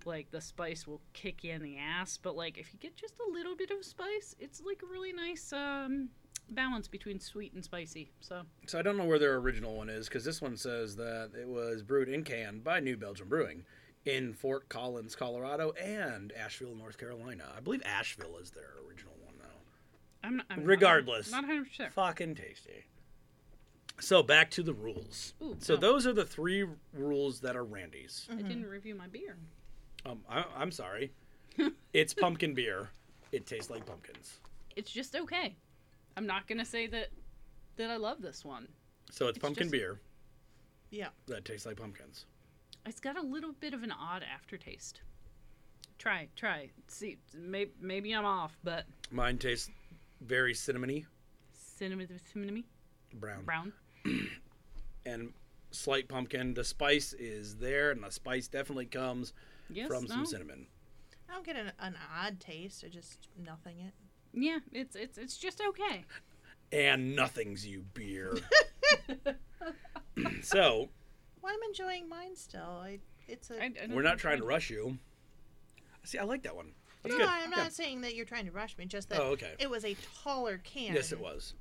like, the spice will kick you in the ass. But like, if you get just a little bit of spice, it's like a really nice um, balance between sweet and spicy. So So I don't know where their original one is because this one says that it was brewed in can by New Belgium Brewing in Fort Collins, Colorado, and Asheville, North Carolina. I believe Asheville is their original one. I'm not, I'm not- Regardless. Not 100%. Fucking tasty. So back to the rules. Ooh, so no. those are the three rules that are Randy's. I didn't review my beer. Um, I, I'm sorry. it's pumpkin beer. It tastes like pumpkins. It's just okay. I'm not going to say that that I love this one. So it's, It's pumpkin just- beer Yeah. that tastes like pumpkins. It's got a little bit of an odd aftertaste. Try, try. See, may, maybe I'm off, but Mine tastes very cinnamony, cinnamon, cinnamon, brown, brown. and slight pumpkin. The spice is there, and the spice definitely comes Yes, from no? some cinnamon. I don't get an, an odd taste. I just nothing it. Yeah, it's it's it's just okay. And nothing's you beer. so Well, I'm enjoying mine still. I it's a. I- I don't we're not think trying I- to rush you. See, I like that one. That's no, good. I'm not Yeah. saying that you're trying to rush me. Just that Oh, okay. it was a taller can. Yes, it was.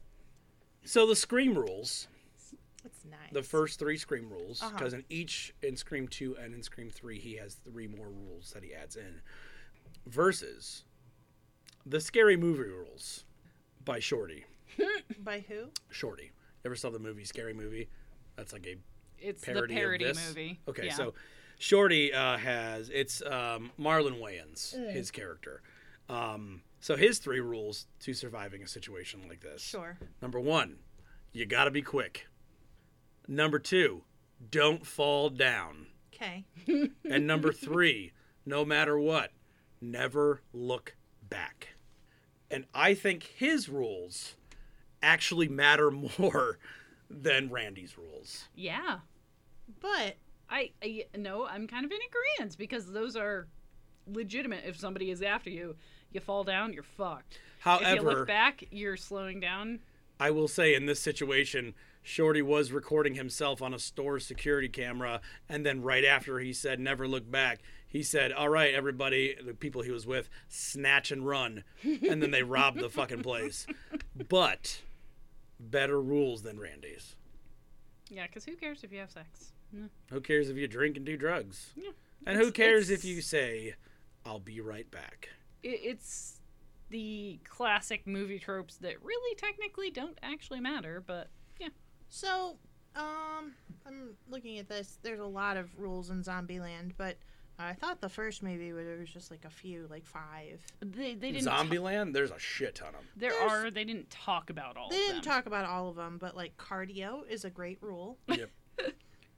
So the scream rules, It's nice. the first three scream rules, Uh-huh. because in each in Scream Two and in Scream Three, he has three more rules that he adds in. Versus the scary movie rules by Shorty. by who? Shorty. Ever saw the movie Scary Movie? That's like a It's parody, the parody of this. movie. Okay, Yeah. so Shorty uh, has it's um, Marlon Wayans, his character. Um, so his three rules to surviving a situation like this. Sure. Number one, you got to be quick. Number two, don't fall down. Okay. And number three, no matter what, never look back. And I think his rules actually matter more than Randy's rules. yeah, But I, I no, I'm kind of in agreement because those are legitimate. If somebody is after you, you fall down, you're fucked. if you However, look back, you're slowing down. I will say in this situation, Shorty was recording himself on a store security camera, and then right after he said, never look back, he said, all right, everybody, the people he was with, snatch and run. And then they robbed the fucking place. But better rules than Randy's. Yeah, because who cares if you have sex? No. Who cares if you drink and do drugs? Yeah. And who It's- cares it's- if you say, I'll be right back? It, it's the classic movie tropes that really technically don't actually matter, but yeah, so, um, I'm looking at this. There's a lot of rules in Zombieland, but I thought the first movie was- there was just like a few, like five. they they didn't. ta- Zombieland? There's a shit ton of them. there There's- are they didn't talk about all. They of didn't them. talk about all of them, but like cardio is a great rule. Yep.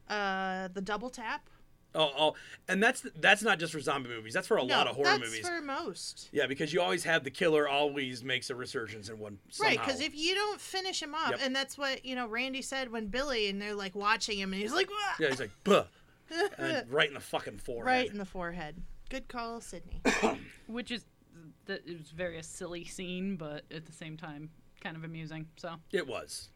Uh, the double tap. Oh, oh, and that's that's not just for zombie movies. That's for a lot of horror that's movies. for most. Yeah, because you always have the killer always makes a resurgence in one. Somehow. Right, because if you don't finish him off, Yep. and that's what you know, Randy said when Billy and they're like watching him, and he's like, "Wah!" yeah, he's like, "Buh," and then right in the fucking forehead. right in the forehead. Good call, Sydney. which is that it was very a silly scene, but at the same time kind of amusing. So It was.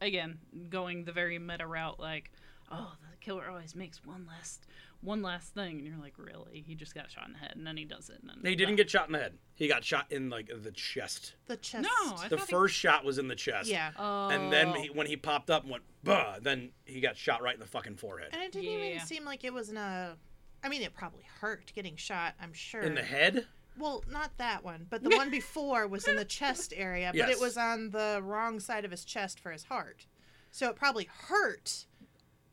again, going the very meta route, like, oh, the killer always makes one last one last thing, and you're like, really? He just got shot in the head, and then he does it. And then He didn't get shot in the head. He got shot in like the chest. The chest. No, I The thought he- first shot was in the chest. yeah, Oh, And then he, when he popped up and went, "Buh," then he got shot right in the fucking forehead. and it didn't even Yeah. seem like it was in a. I mean, it probably hurt getting shot. I'm sure. In the head. Well, not that one, but the one before was in the chest area, but Yes. it was on the wrong side of his chest for his heart. So it probably hurt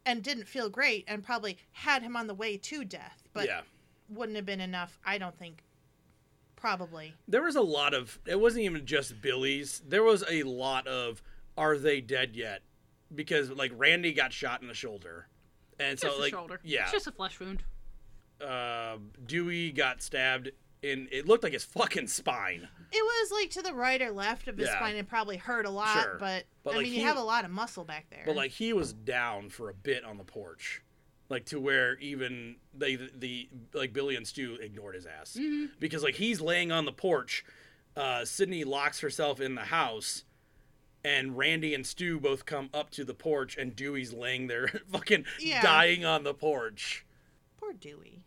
and didn't feel great and probably had him on the way to death, but yeah. wouldn't have been enough, I don't think. Probably. There was a lot of. It wasn't even just Billy's. There was a lot of. Are they dead yet? Because like Randy got shot in the shoulder, and just so the like shoulder. yeah, it's just a flesh wound. uh, Dewey got stabbed in it looked like his fucking spine. It was like to the right or left of his Yeah. spine and probably hurt a lot, Sure. but, But, I like, mean, he- you have a lot of muscle back there. But like he was down for a bit on the porch. Like to where even they the like Billy and Stu ignored his ass because like he's laying on the porch. Uh, Sydney locks herself in the house, and Randy and Stu both come up to the porch, and Dewey's laying there, fucking Yeah. dying on the porch. Poor Dewey.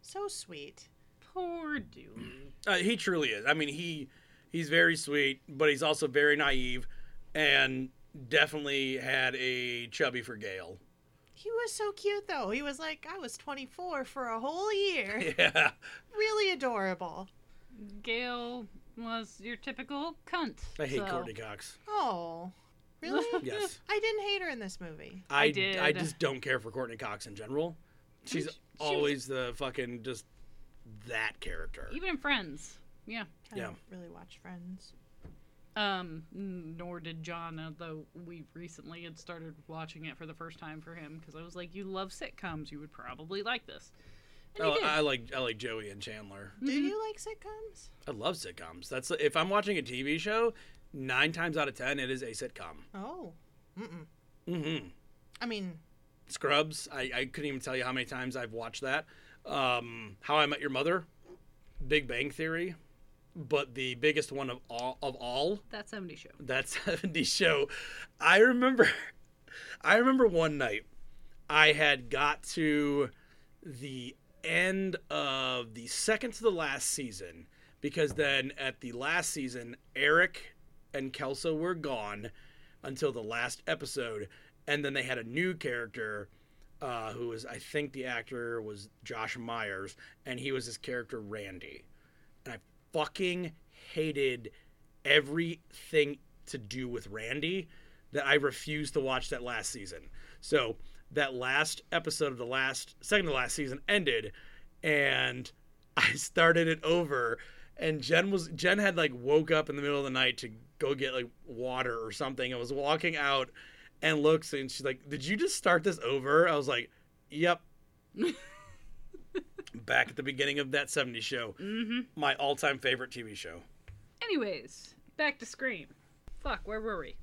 So sweet. Poor dude. Uh, he truly is. I mean, he he's very sweet, but he's also very naive, and definitely had a chubby for Gail. He was so cute, though. He was like, I was 24 for a whole year. Yeah, really adorable. Gail was your typical cunt. I hate so. Courtney Cox. Oh, really? Yes. I didn't hate her in this movie. I, I did. I just don't care for Courtney Cox in general. She's she was- always the fucking just that character. Even in Friends. Yeah. I Yeah. don't really watch Friends. Um, nor did John, although we recently had started watching it for the first time for him because I was like, "You love sitcoms, you would probably like this." And he oh, did. I like I like Joey and Chandler. Do you like sitcoms? I love sitcoms. That's if I'm watching a TV show, nine times out of ten, it is a sitcom. Oh, mm-mm. hmm I mean, Scrubs. I, I couldn't even tell you how many times I've watched that. Um, How I Met Your Mother, Big Bang Theory, but the biggest one of all of all that '70s show. that 70s show. I remember I remember one night I had got to the end of the second to the last season because then at the last season Eric and Kelso were gone until the last episode and then they had a new character uh, who was I think the actor was Josh Myers and he was his character Randy and I fucking hated everything to do with Randy that I refused to watch that last season. So that last episode of the last second to last season ended and I started it over and Jen was Jen had like woke up in the middle of the night to go get like water or something and was walking out and looks and she's like, Did you just start this over? I was like, Yep. Back at the beginning of that 70s show Mm-hmm. my all-time favorite TV show. Anyways, back to Scream. Fuck, where were we?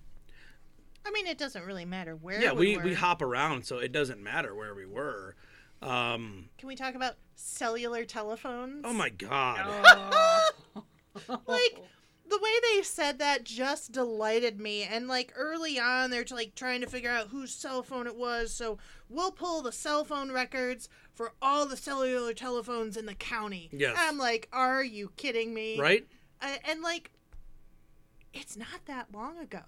I mean, it doesn't really matter where. yeah, we, were. we hop around, so it doesn't matter where we were. Um, Can we talk about cellular telephones? oh my god, Oh. Like, the way they said that just delighted me and like early on they're like trying to figure out whose cell phone it was so we'll pull the cell phone records for all the cellular telephones in the county Yes. i'm like are you kidding me right? I, Uh, and like it's not that long ago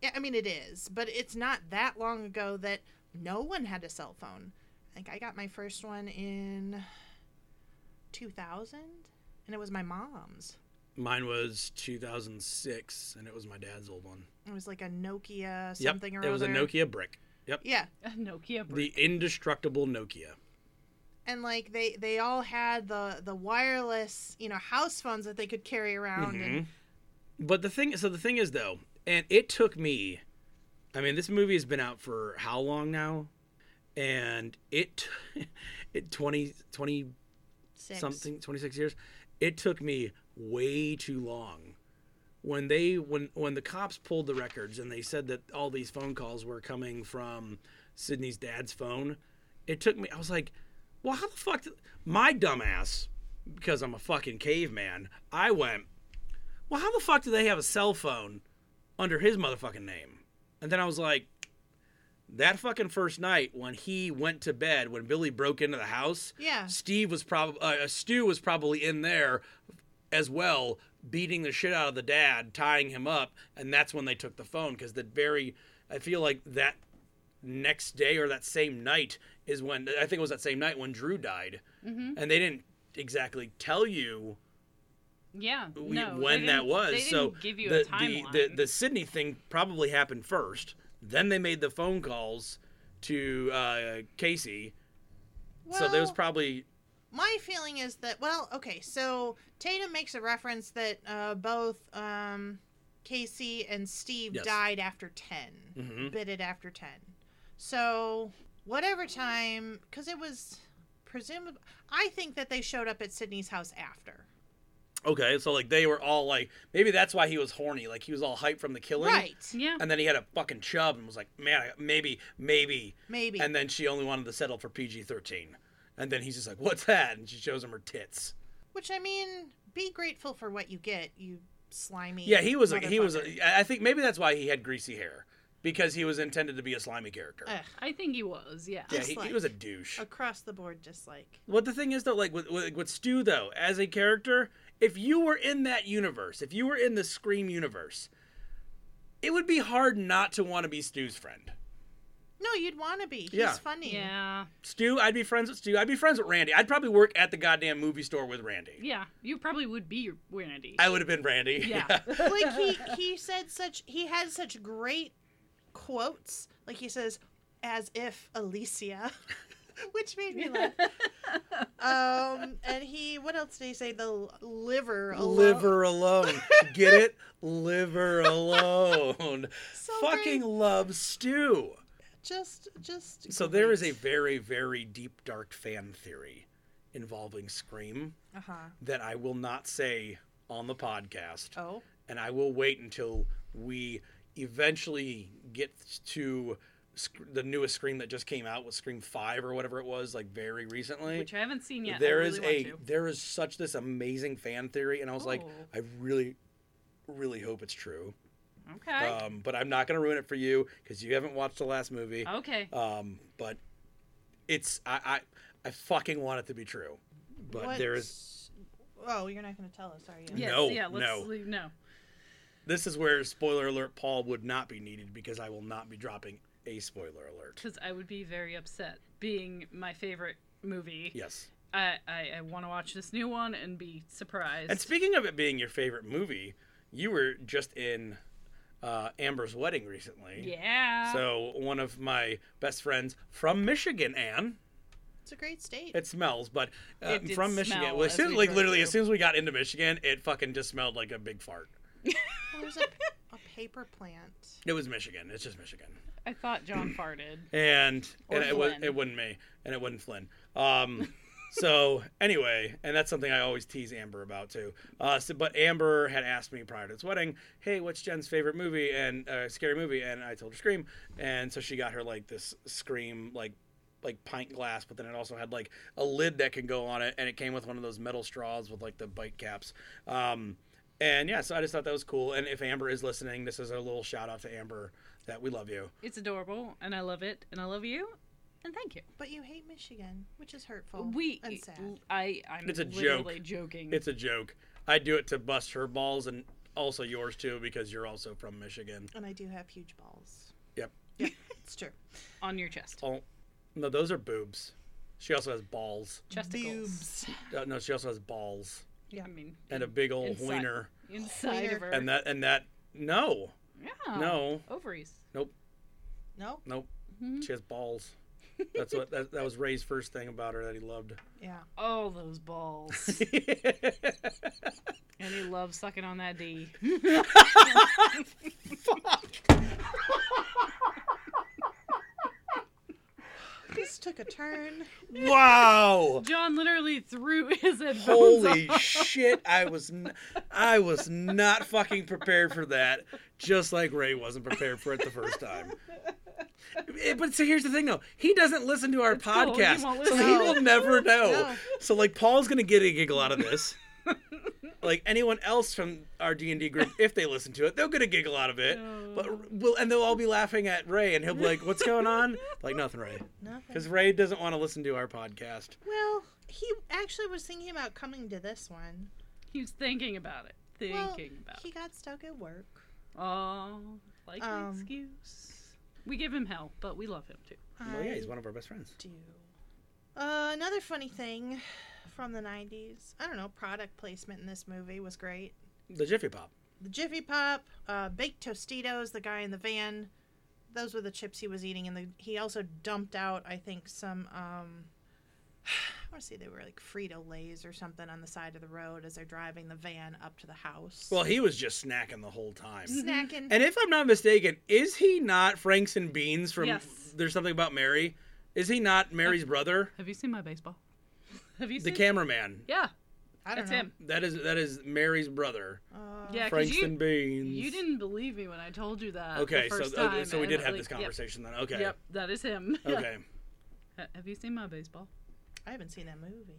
yeah i mean it is but it's not that long ago that no one had a cell phone i think i got my first one in 2000 and it was my mom's Mine was 2006, and it was my dad's old one. It was like a Nokia Yep, something or it was a other. Nokia brick. Yep, Yeah, A Nokia. brick. the indestructible Nokia. and like they they all had the the wireless you know house phones that they could carry around. Mm-hmm. And, But the thing, so the thing is though, and it took me. I mean, this movie has been out for how long now? And it, it 20, 20 Six. something 26 years it took me way too long when they when when the cops pulled the records and they said that all these phone calls were coming from sydney's dad's phone it took me i was like well how the fuck did, my dumbass because i'm a fucking caveman i went well how the fuck do they have a cell phone under his motherfucking name and then i was like that fucking first night when he went to bed when billy broke into the house Yeah. Steve was probably uh, Stu was probably in there as well, beating the shit out of the dad, tying him up, and that's when they took the phone because the very I feel like that next day or that same night is when I think it was that same night when Drew died, mm-hmm. and they didn't exactly tell you yeah. we- No, they when that didn't- was. They so didn't give you the, a timeline. The, the the Sydney thing probably happened first. Then they made the phone calls to uh, Casey. Well, so there was probably my feeling is that well, okay, so Tatum makes a reference that uh, both um, Casey and Steve Yes. died after 10 mm-hmm. bitted after ten. So whatever time, because it was presumably, I think that they showed up at Sydney's house after. Okay, so like they were all like maybe that's why he was horny, like he was all hyped from the killing. Right. yeah. And then he had a fucking chub and was like, "Man, I, maybe, maybe." Maybe. And then she only wanted to settle for PG-13. And then he's just like, "What's that?" And she shows him her tits. Which I mean, be grateful for what you get, you slimy. Yeah, he was like he was motherfucker. a, I think maybe that's why he had greasy hair because he was intended to be a slimy character. Ugh, I think he was. Yeah. yeah, he, he dislike. was a douche. across the board dislike. What the thing is though, like with, with with Stu though, as a character, if you were in that universe, if you were in the Scream universe, it would be hard not to want to be Stu's friend. No, you'd want to be. He's Yeah. funny. Yeah. Stu, I'd be friends with Stu. I'd be friends with Randy. I'd probably work at the goddamn movie store with Randy. Yeah. You probably would be your Randy. I would have been Randy. Yeah. like he he said such he had such great quotes like he says as if alicia which made me laugh um and he what else did he say the l- liver alone. Liver alone. Get it? Liver alone. So Fucking great. love Stu. just just So there is a very, very deep, dark fan theory involving Scream uh-huh that I will not say on the podcast. oh and I will wait until we eventually get to sc- the newest Scream that just came out with Scream Five or whatever it was, like very recently. Which I haven't seen yet. There I is really want a to. there is such this amazing fan theory, and I was like, Oh. I really, really hope it's true. Okay. Um, but I'm not gonna ruin it for you because you haven't watched the last movie. okay. Um, but it's I I, I fucking want it to be true. But what- there is oh you're not going to tell us are you yes, no, yeah, let's no. leave no. this is where spoiler alert Paul would not be needed because I will not be dropping a spoiler alert. Because I would be very upset. Being my favorite movie, Yes. I, I, I want to watch this new one and be surprised. And speaking of it being your favorite movie, you were just in uh, Amber's wedding recently. yeah. So one of my best friends from Michigan, Anne. it's a great state It smells, but uh, It did from Michigan. smell Well, as as soon, we like drove literally, through. as soon as we got into Michigan, it fucking just smelled like a big fart. Oh, there's a, a paper plant It was Michigan. It's just Michigan, I thought John farted. and, Or and it was Flynn. it wasn't me, and it wasn't Flynn. Um, so anyway, and that's something I always tease Amber about too. Uh, so, but Amber had asked me prior to this wedding, "Hey, what's Jen's favorite movie and uh, scary movie?" And I told her Scream, and so she got her like this Scream like like pint glass, but then it also had like a lid that can go on it, and it came with one of those metal straws with like the bite caps. Um, and yeah, so I just thought that was cool. And if Amber is listening, this is a little shout out to Amber that we love you. It's adorable, and I love it, and I love you, and thank you. but you hate michigan which is hurtful We, and sad I, I'm It's a literally joking. It's a joke. I do it to bust her balls and also yours too because you're also from Michigan. and i do have huge balls Yep. it's true on your chest, Oh, no, those are boobs. She also has balls. boobs chesticles, Uh, no, she also has balls I mean, and a big old Inside. wiener. inside Wiener. of her. And that and that no, yeah. no, ovaries. Mm-hmm. nope, no nope. She has balls. That's what that, that was Ray's first thing about her that he loved. yeah All those balls, and he loves sucking on that D. This took a turn. wow. John literally threw his headphones. Holy off. shit! I was, n- I was not fucking prepared for that. Just like Ray wasn't prepared for it the first time. Eh, But so here's the thing, though. He doesn't listen to our cool, he podcast, won't so listen. he will never know. No. So like, Paul's gonna get a giggle out of this. like anyone else from our D and D group, if they listen to it, they'll get a giggle out of it. But we'll, and they'll all be laughing at Ray, and he'll be like, "What's going on?" Like nothing, Ray, Nothing. because Ray doesn't want to listen to our podcast. Well, he actually was thinking about coming to this one. He was thinking about it. Thinking well, about he it. got stuck at work. Oh, like an Um, excuse. We give him hell, but we love him too. Well, yeah, he's I one of our best friends. do. Uh, another funny thing from the 90s. I don't know, product placement in this movie was great. The Jiffy Pop. The Jiffy Pop, uh, baked Tostitos, the guy in the van. Those were the chips he was eating, and the, he also dumped out, I think, some. Um, I want to say they were like Frito Lays or something on the side of the road as they're driving the van up to the house. Well, he was just snacking the whole time. snacking. And if I'm not mistaken, is he not Franks and Beans from Yes. There's Something About Mary? Is he not Mary's brother? Have you seen my baseball? Have you The seen? cameraman. yeah, I don't that's know. him. That is that is Mary's brother. Uh, Yeah, because Franks you and Beans. you didn't believe me when I told you that. the Okay, so first okay, time, so we and did I have was this like, yep, conversation then. Okay. Yep, that is him. Okay. Ha- Have you seen my baseball? I haven't seen that movie.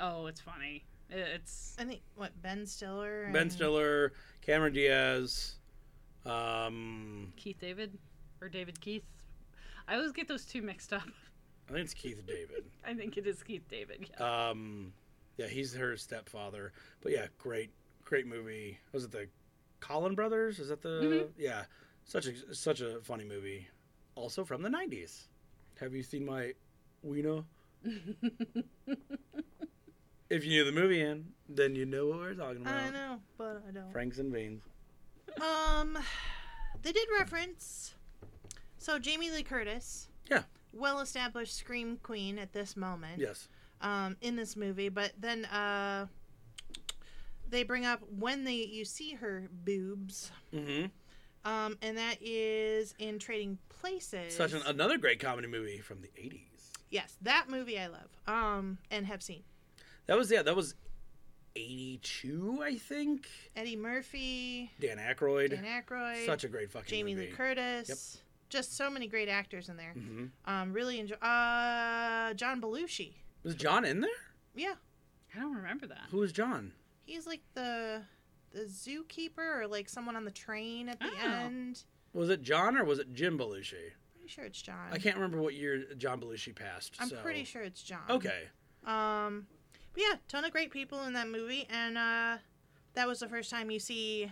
Oh, it's funny. I- It's I think what Ben Stiller. And, Ben Stiller, Cameron Diaz, um Keith David or David Keith. I always get those two mixed up. I think it's Keith David. I think it is Keith David. Yeah. Um yeah, he's her stepfather. But yeah, great great movie. Was Mm-hmm. it the Colin Brothers? Is that the Yeah. Such a such a funny movie. also from the 90s. Have you seen my wiener? if you knew the movie, Anne, then you know what we're talking about. I know, but I don't. Franks and Veins. Um, they did reference. So Jamie Lee Curtis. Yeah. Well-established scream queen at this moment. Yes. Um, in this movie, but then uh, they bring up when they you see her boobs. Mm-hmm. Um, and that is in Trading Places. Such an, another great comedy movie from the 80s. yes, that movie I love. Um, and have seen That was yeah, that was 82, I think. Eddie Murphy, Dan Aykroyd. Dan Aykroyd, Such a great fucking Jamie movie. Lee Curtis. Just so many great actors in there. Mm-hmm. Um, really enjoy. Uh, John Belushi. Was John in there? Yeah, I don't remember that. Who was John? he's like the the zookeeper or like someone on the train at the Oh. end. Was it John or was it Jim Belushi? Pretty sure it's John. I can't remember what year John Belushi passed. I'm so. pretty sure it's John. Okay. Um, but yeah, ton of great people in that movie, and uh, that was the first time you see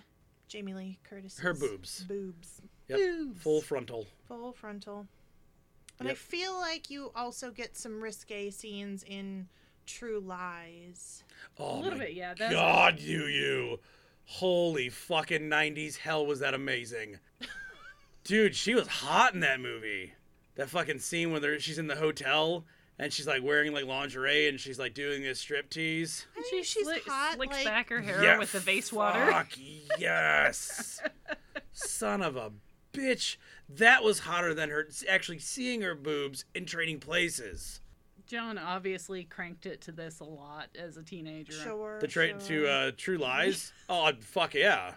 Jamie Lee Curtis. Her boobs. Boobs. Yep. Boobs. Full frontal. Full frontal. And I Yep. feel like you also get some risque scenes in True Lies. Oh a little my bit, yeah. That's, God, you you. Holy fucking 90s hell was that amazing. Dude, she was hot in that movie. That fucking scene where they're- she's in the hotel and she's like wearing like lingerie and she's like doing this strip tease. I She mean, she's slick- hot. slicks like, back her hair with the vase water. Fuck yes. Son of a bitch. That was hotter than her actually seeing her boobs in trading places. Joan obviously cranked it to this a lot as a teenager. Sure. The trade sure. to uh, True Lies. oh fuck yeah!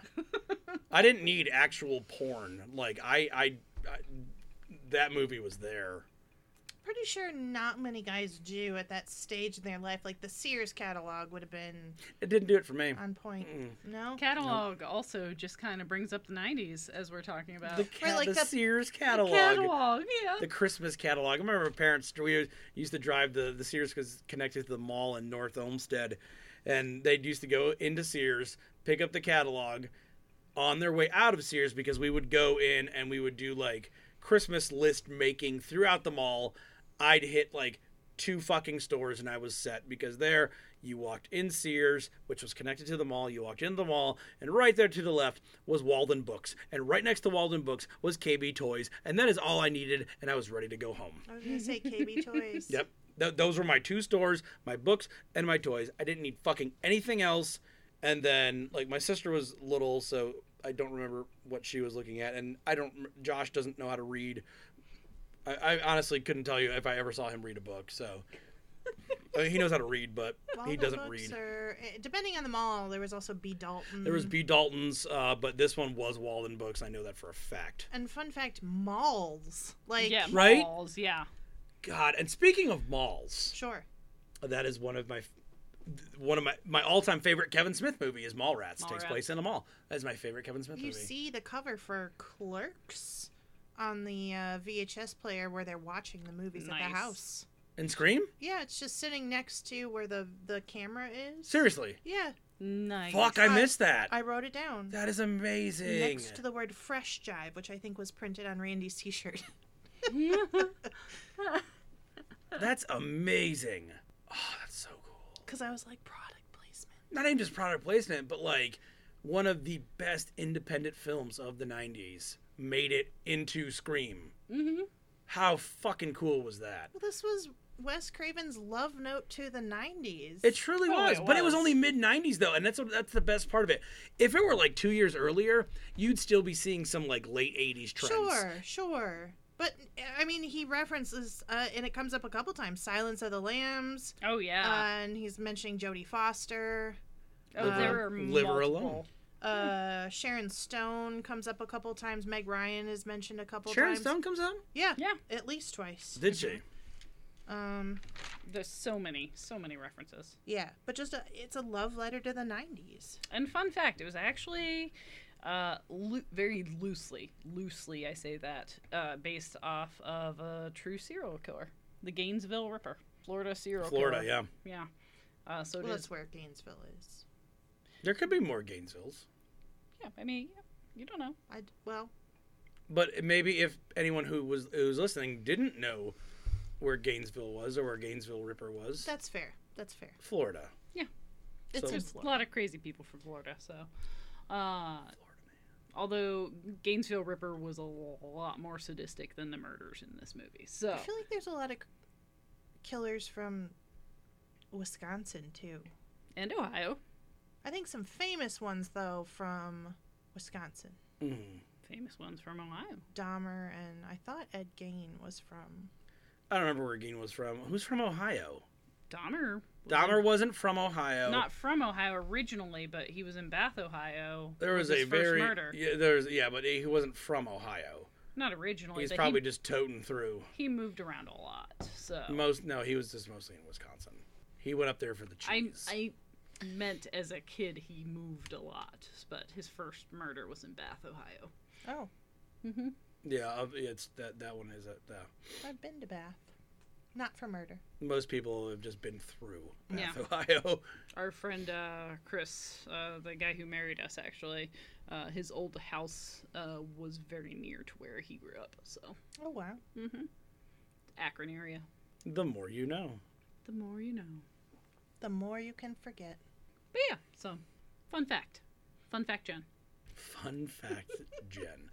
I didn't need actual porn. Like I, I, I, that movie was there. Pretty sure not many guys do at that stage in their life. Like the Sears catalog would have been It didn't do it for me. on point. Mm. No. Catalog also just kind of brings up the 90s as we're talking about. The, ca- Right, like the, the- Sears catalog. catalog, yeah. The Christmas catalog. I remember my parents. We used to drive the the Sears because connected to the mall in North Olmsted, and they used to go into Sears, pick up the catalog, on their way out of Sears because we would go in and we would do like Christmas list making throughout the mall. I'd hit like two fucking stores and I was set because there you walked in Sears, which was connected to the mall. You walked into the mall, and right there to the left was Walden Books, and right next to Walden Books was KB Toys, and that is all I needed, and I was ready to go home. I was gonna say KB Toys. Yep. Th- those were my two stores, my books and my toys. I didn't need fucking anything else. And then, like, my sister was little, so I don't remember what she was looking at. And I don't, Josh doesn't know how to read. I, I honestly couldn't tell you if I ever saw him read a book, so. I mean, he knows how to read, but he Waldo doesn't books read. Are, eh, depending on the mall, there was also B. Dalton. There was B. Dalton's, uh, but this one was Walden Books. I know that for a fact. And fun fact, malls. Like, yeah, Right? malls, yeah. God, and speaking of malls, sure. that is one of my one of my my all-time favorite Kevin Smith movie is Mallrats. Takes Mallrats. place in a mall. That is my favorite Kevin Smith You movie. see the cover for Clerks on the uh, VHS player where they're watching the movies at Nice. the house. and Scream? Yeah, it's just sitting next to where the the camera is. Seriously. Yeah, Nice. Fuck, I I- missed that. I wrote it down. that is amazing. Next to the word fresh jive, which I think was printed on Randy's t shirt. Mm-hmm. That's amazing. Oh, that's so cool. Because I was like, product placement. Not even just product placement, but like one of the best independent films of the 90s made it into Scream. mm-hmm. How fucking cool was that? Well, this was Wes Craven's love note to the 90s. It truly Oh, was, it but it was was. only mid '90s though, and that's what- that's the best part of it. If it were like two years earlier, you'd still be seeing some like late '80s trends. Sure, sure. But I mean, he references, uh, and it comes up a couple times: "Silence of the Lambs," Oh, yeah. and he's mentioning Jodie Foster. oh, Liver- there are uh, Liver Alone. multiple. Uh, Sharon Stone comes up a couple times. Meg Ryan is mentioned a couple Sharon times. Stone comes out. Yeah, Yeah, at least twice. Did she? Um, there's so many, so many references. yeah, but just a, it's a love letter to the '90s. And fun fact, it was actually uh, loo- very loosely, loosely I say that, uh, based off of a true serial killer, the Gainesville Ripper, Florida serial Florida, killer. yeah. yeah, yeah. Uh, so it Well, is- that's where Gainesville is. There could be more Gainesvilles. Yeah, I mean, yeah, you don't know. I well, but maybe if anyone who was who was listening didn't know where Gainesville was or where Gainesville Ripper was, That's fair. That's fair. Florida. It's So- in There's a Florida. lot of crazy people from Florida, so. Uh, although Gainesville Ripper was a lot more sadistic than the murders in this movie, so I feel like there's a lot of c- killers from Wisconsin too. and Ohio, I think some famous ones though from Wisconsin. Mm. famous ones from Ohio. Dahmer and I thought Ed Gain was from. I don't remember where Gein was from. Who's from Ohio? Dahmer, was Dahmer wasn't from Ohio. not from Ohio originally, but he was in Bath, Ohio. there with was his a very first murder. yeah. There's yeah, but he wasn't from Ohio. Not originally. He's but probably he, just toting through. he moved around a lot. So Most no, he was just mostly in Wisconsin. He went up there for the I cheese. I meant as a kid he moved a lot, but his first murder was in Bath, Ohio. Oh, Mm-hmm. yeah, uh, it's that that one is a, the I've been to Bath. Not for murder. most people have just been through Bath, Yeah. Ohio. Our friend uh, Chris, uh, the guy who married us, actually, uh, his old house uh, was very near to where he grew up. So Oh wow. mm-hmm. Akron area. The more you know. The more you know. The more you can forget. But yeah, so fun fact. Fun fact, Jen. Fun fact, Jen.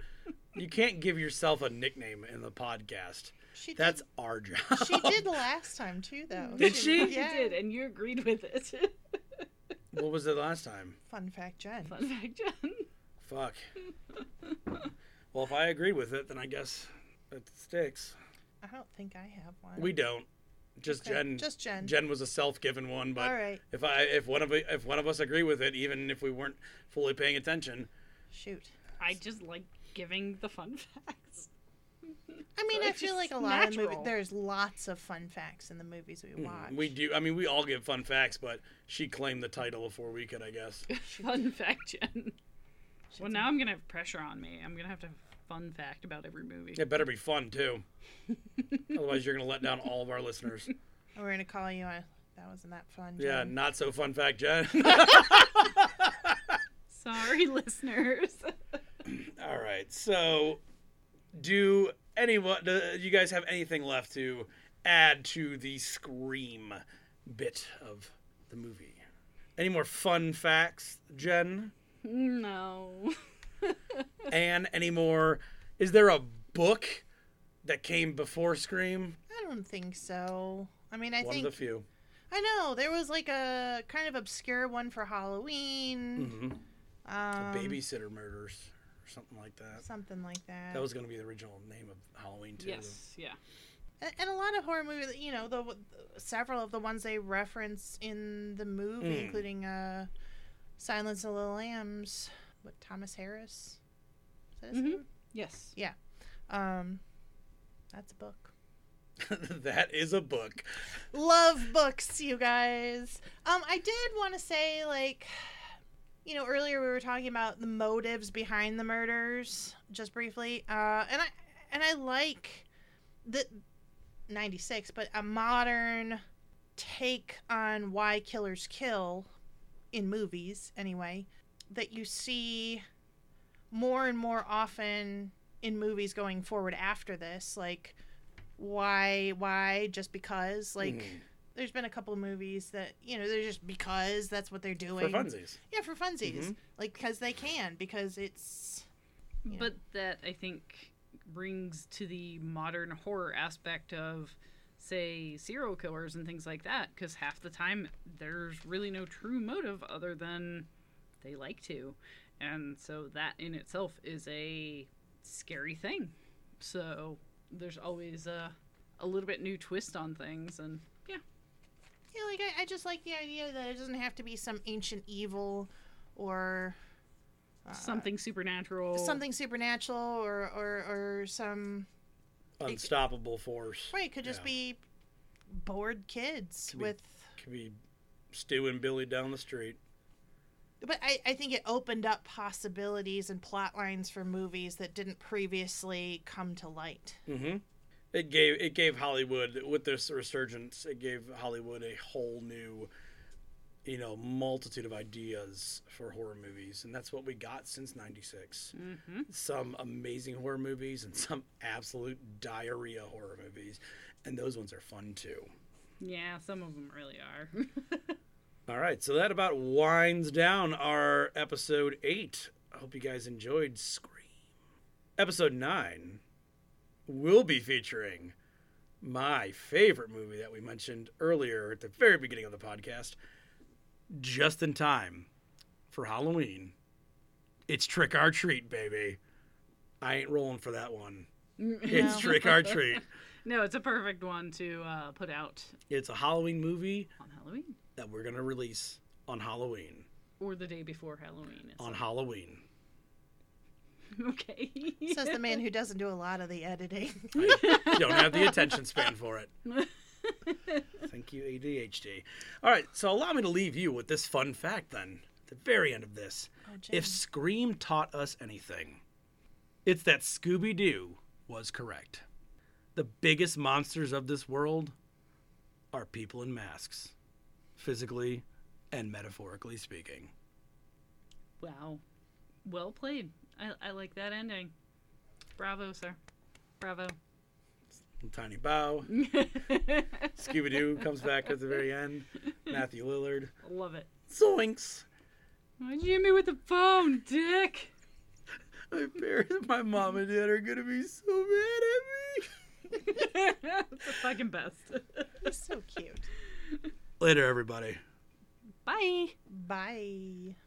You can't give yourself a nickname in the podcast. She did, That's our job. she did last time too though. Did she? Yeah. You Mm. did, and you agreed with it. What was it last time? Fun fact, Jen. Fun fact, Jen. Fuck. Well, if I agree with it, then I guess it sticks. I don't think I have one. We don't. Just Okay, Jen. Just Jen. Jen was a self-given one, but All right. if I if one of if one of us agree with it, even if we weren't fully paying attention, Shoot. I just like giving the fun facts. I mean, So I it's feel like just a lot of the movie, natural. there's lots of fun facts in the movies we watch. Mm, we do. I mean, we all give fun facts, but she claimed the title before we could, I guess. Fun fact, Jen. Shoot. Well, now I'm gonna have pressure on me. I'm gonna have to have a fun fact about every movie. It better be fun too. Otherwise, you're gonna let down all of our listeners. We're gonna call you. A, that wasn't that fun. Yeah, Jen. not so fun fact, Jen. Sorry, listeners. all right. So, do anyone? Do you guys have anything left to add to the scream bit of the movie? Any more fun facts, Jen? no. and any more? Is there a book that came before Scream? I don't think so. I mean, I One think of the few. I know there was like a kind of obscure one for Halloween. hmm Um, Babysitter murders or something like that. Something like that. That was going to be the original name of Halloween too. Yes. Yeah. A- and a lot of horror movies, you know, the several of the ones they reference in the movie, Mm. including uh, Silence of the Lambs, with Thomas Harris. Is that his Mhm. name? Yes. Um, that's a book. that is a book. Love books, you guys. Um, I did want to say, like, you know, earlier we were talking about the motives behind the murders, just briefly. Uh, and I and I like the '96, but a modern take on why killers kill in movies, anyway, that you see more and more often in movies going forward after this, like why why just because like Mhm. there's been a couple of movies that you know they're just because that's what they're doing for funsies. yeah for funsies Mhm. like because they can because it's Yeah. But that I think brings to the modern horror aspect of say serial killers and things like that because half the time there's really no true motive other than they like to and so that in itself is a scary thing so there's always a a little bit new twist on things and yeah yeah like I, I just like the idea that it doesn't have to be some ancient evil or uh, something Oh. supernatural something supernatural or or or some Unstoppable force. right it could just Yeah. be bored kids be- with Could be Stu and Billy down the street. but I, I think it opened up possibilities and plot lines for movies that didn't previously come to light Mm-hmm. It gave it gave Hollywood with this resurgence. It gave Hollywood a whole new you know, multitude of ideas for horror movies, and that's what we got since '96. Mm-hmm. Some amazing horror movies and some absolute diarrhea horror movies, and those ones are fun too. Yeah, some of them really are. All right, so that about winds down our episode eight. I hope you guys enjoyed Scream. Episode nine will be featuring my favorite movie that we mentioned earlier at the very beginning of the podcast, just in time for Halloween. It's Trick or Treat, baby. I ain't rolling for that one. It's No. Trick or Treat. No, it's a perfect one to uh, put out It's a Halloween movie on Halloween that we're going to release on Halloween. or the day before Halloween. On Halloween. okay. Says the man who doesn't do a lot of the editing. I don't have the attention span for it. Thank you, ADHD. All right, so allow me to leave you with this fun fact then, at the very end of this. Oh, Jen. If Scream taught us anything, it's that Scooby Doo was correct. The biggest monsters of this world are people in masks, physically and metaphorically speaking. Wow. Well played. I, I like that ending. Bravo, sir. Bravo. Tiny bow. Scooby Doo comes back at the very end. Matthew Lillard. Love it. Zoinks. Why'd you hit me with the phone, dick? My parents, my mom and dad are gonna be so mad at me. it's the fucking best. He's so cute. Later, everybody. Bye. Bye.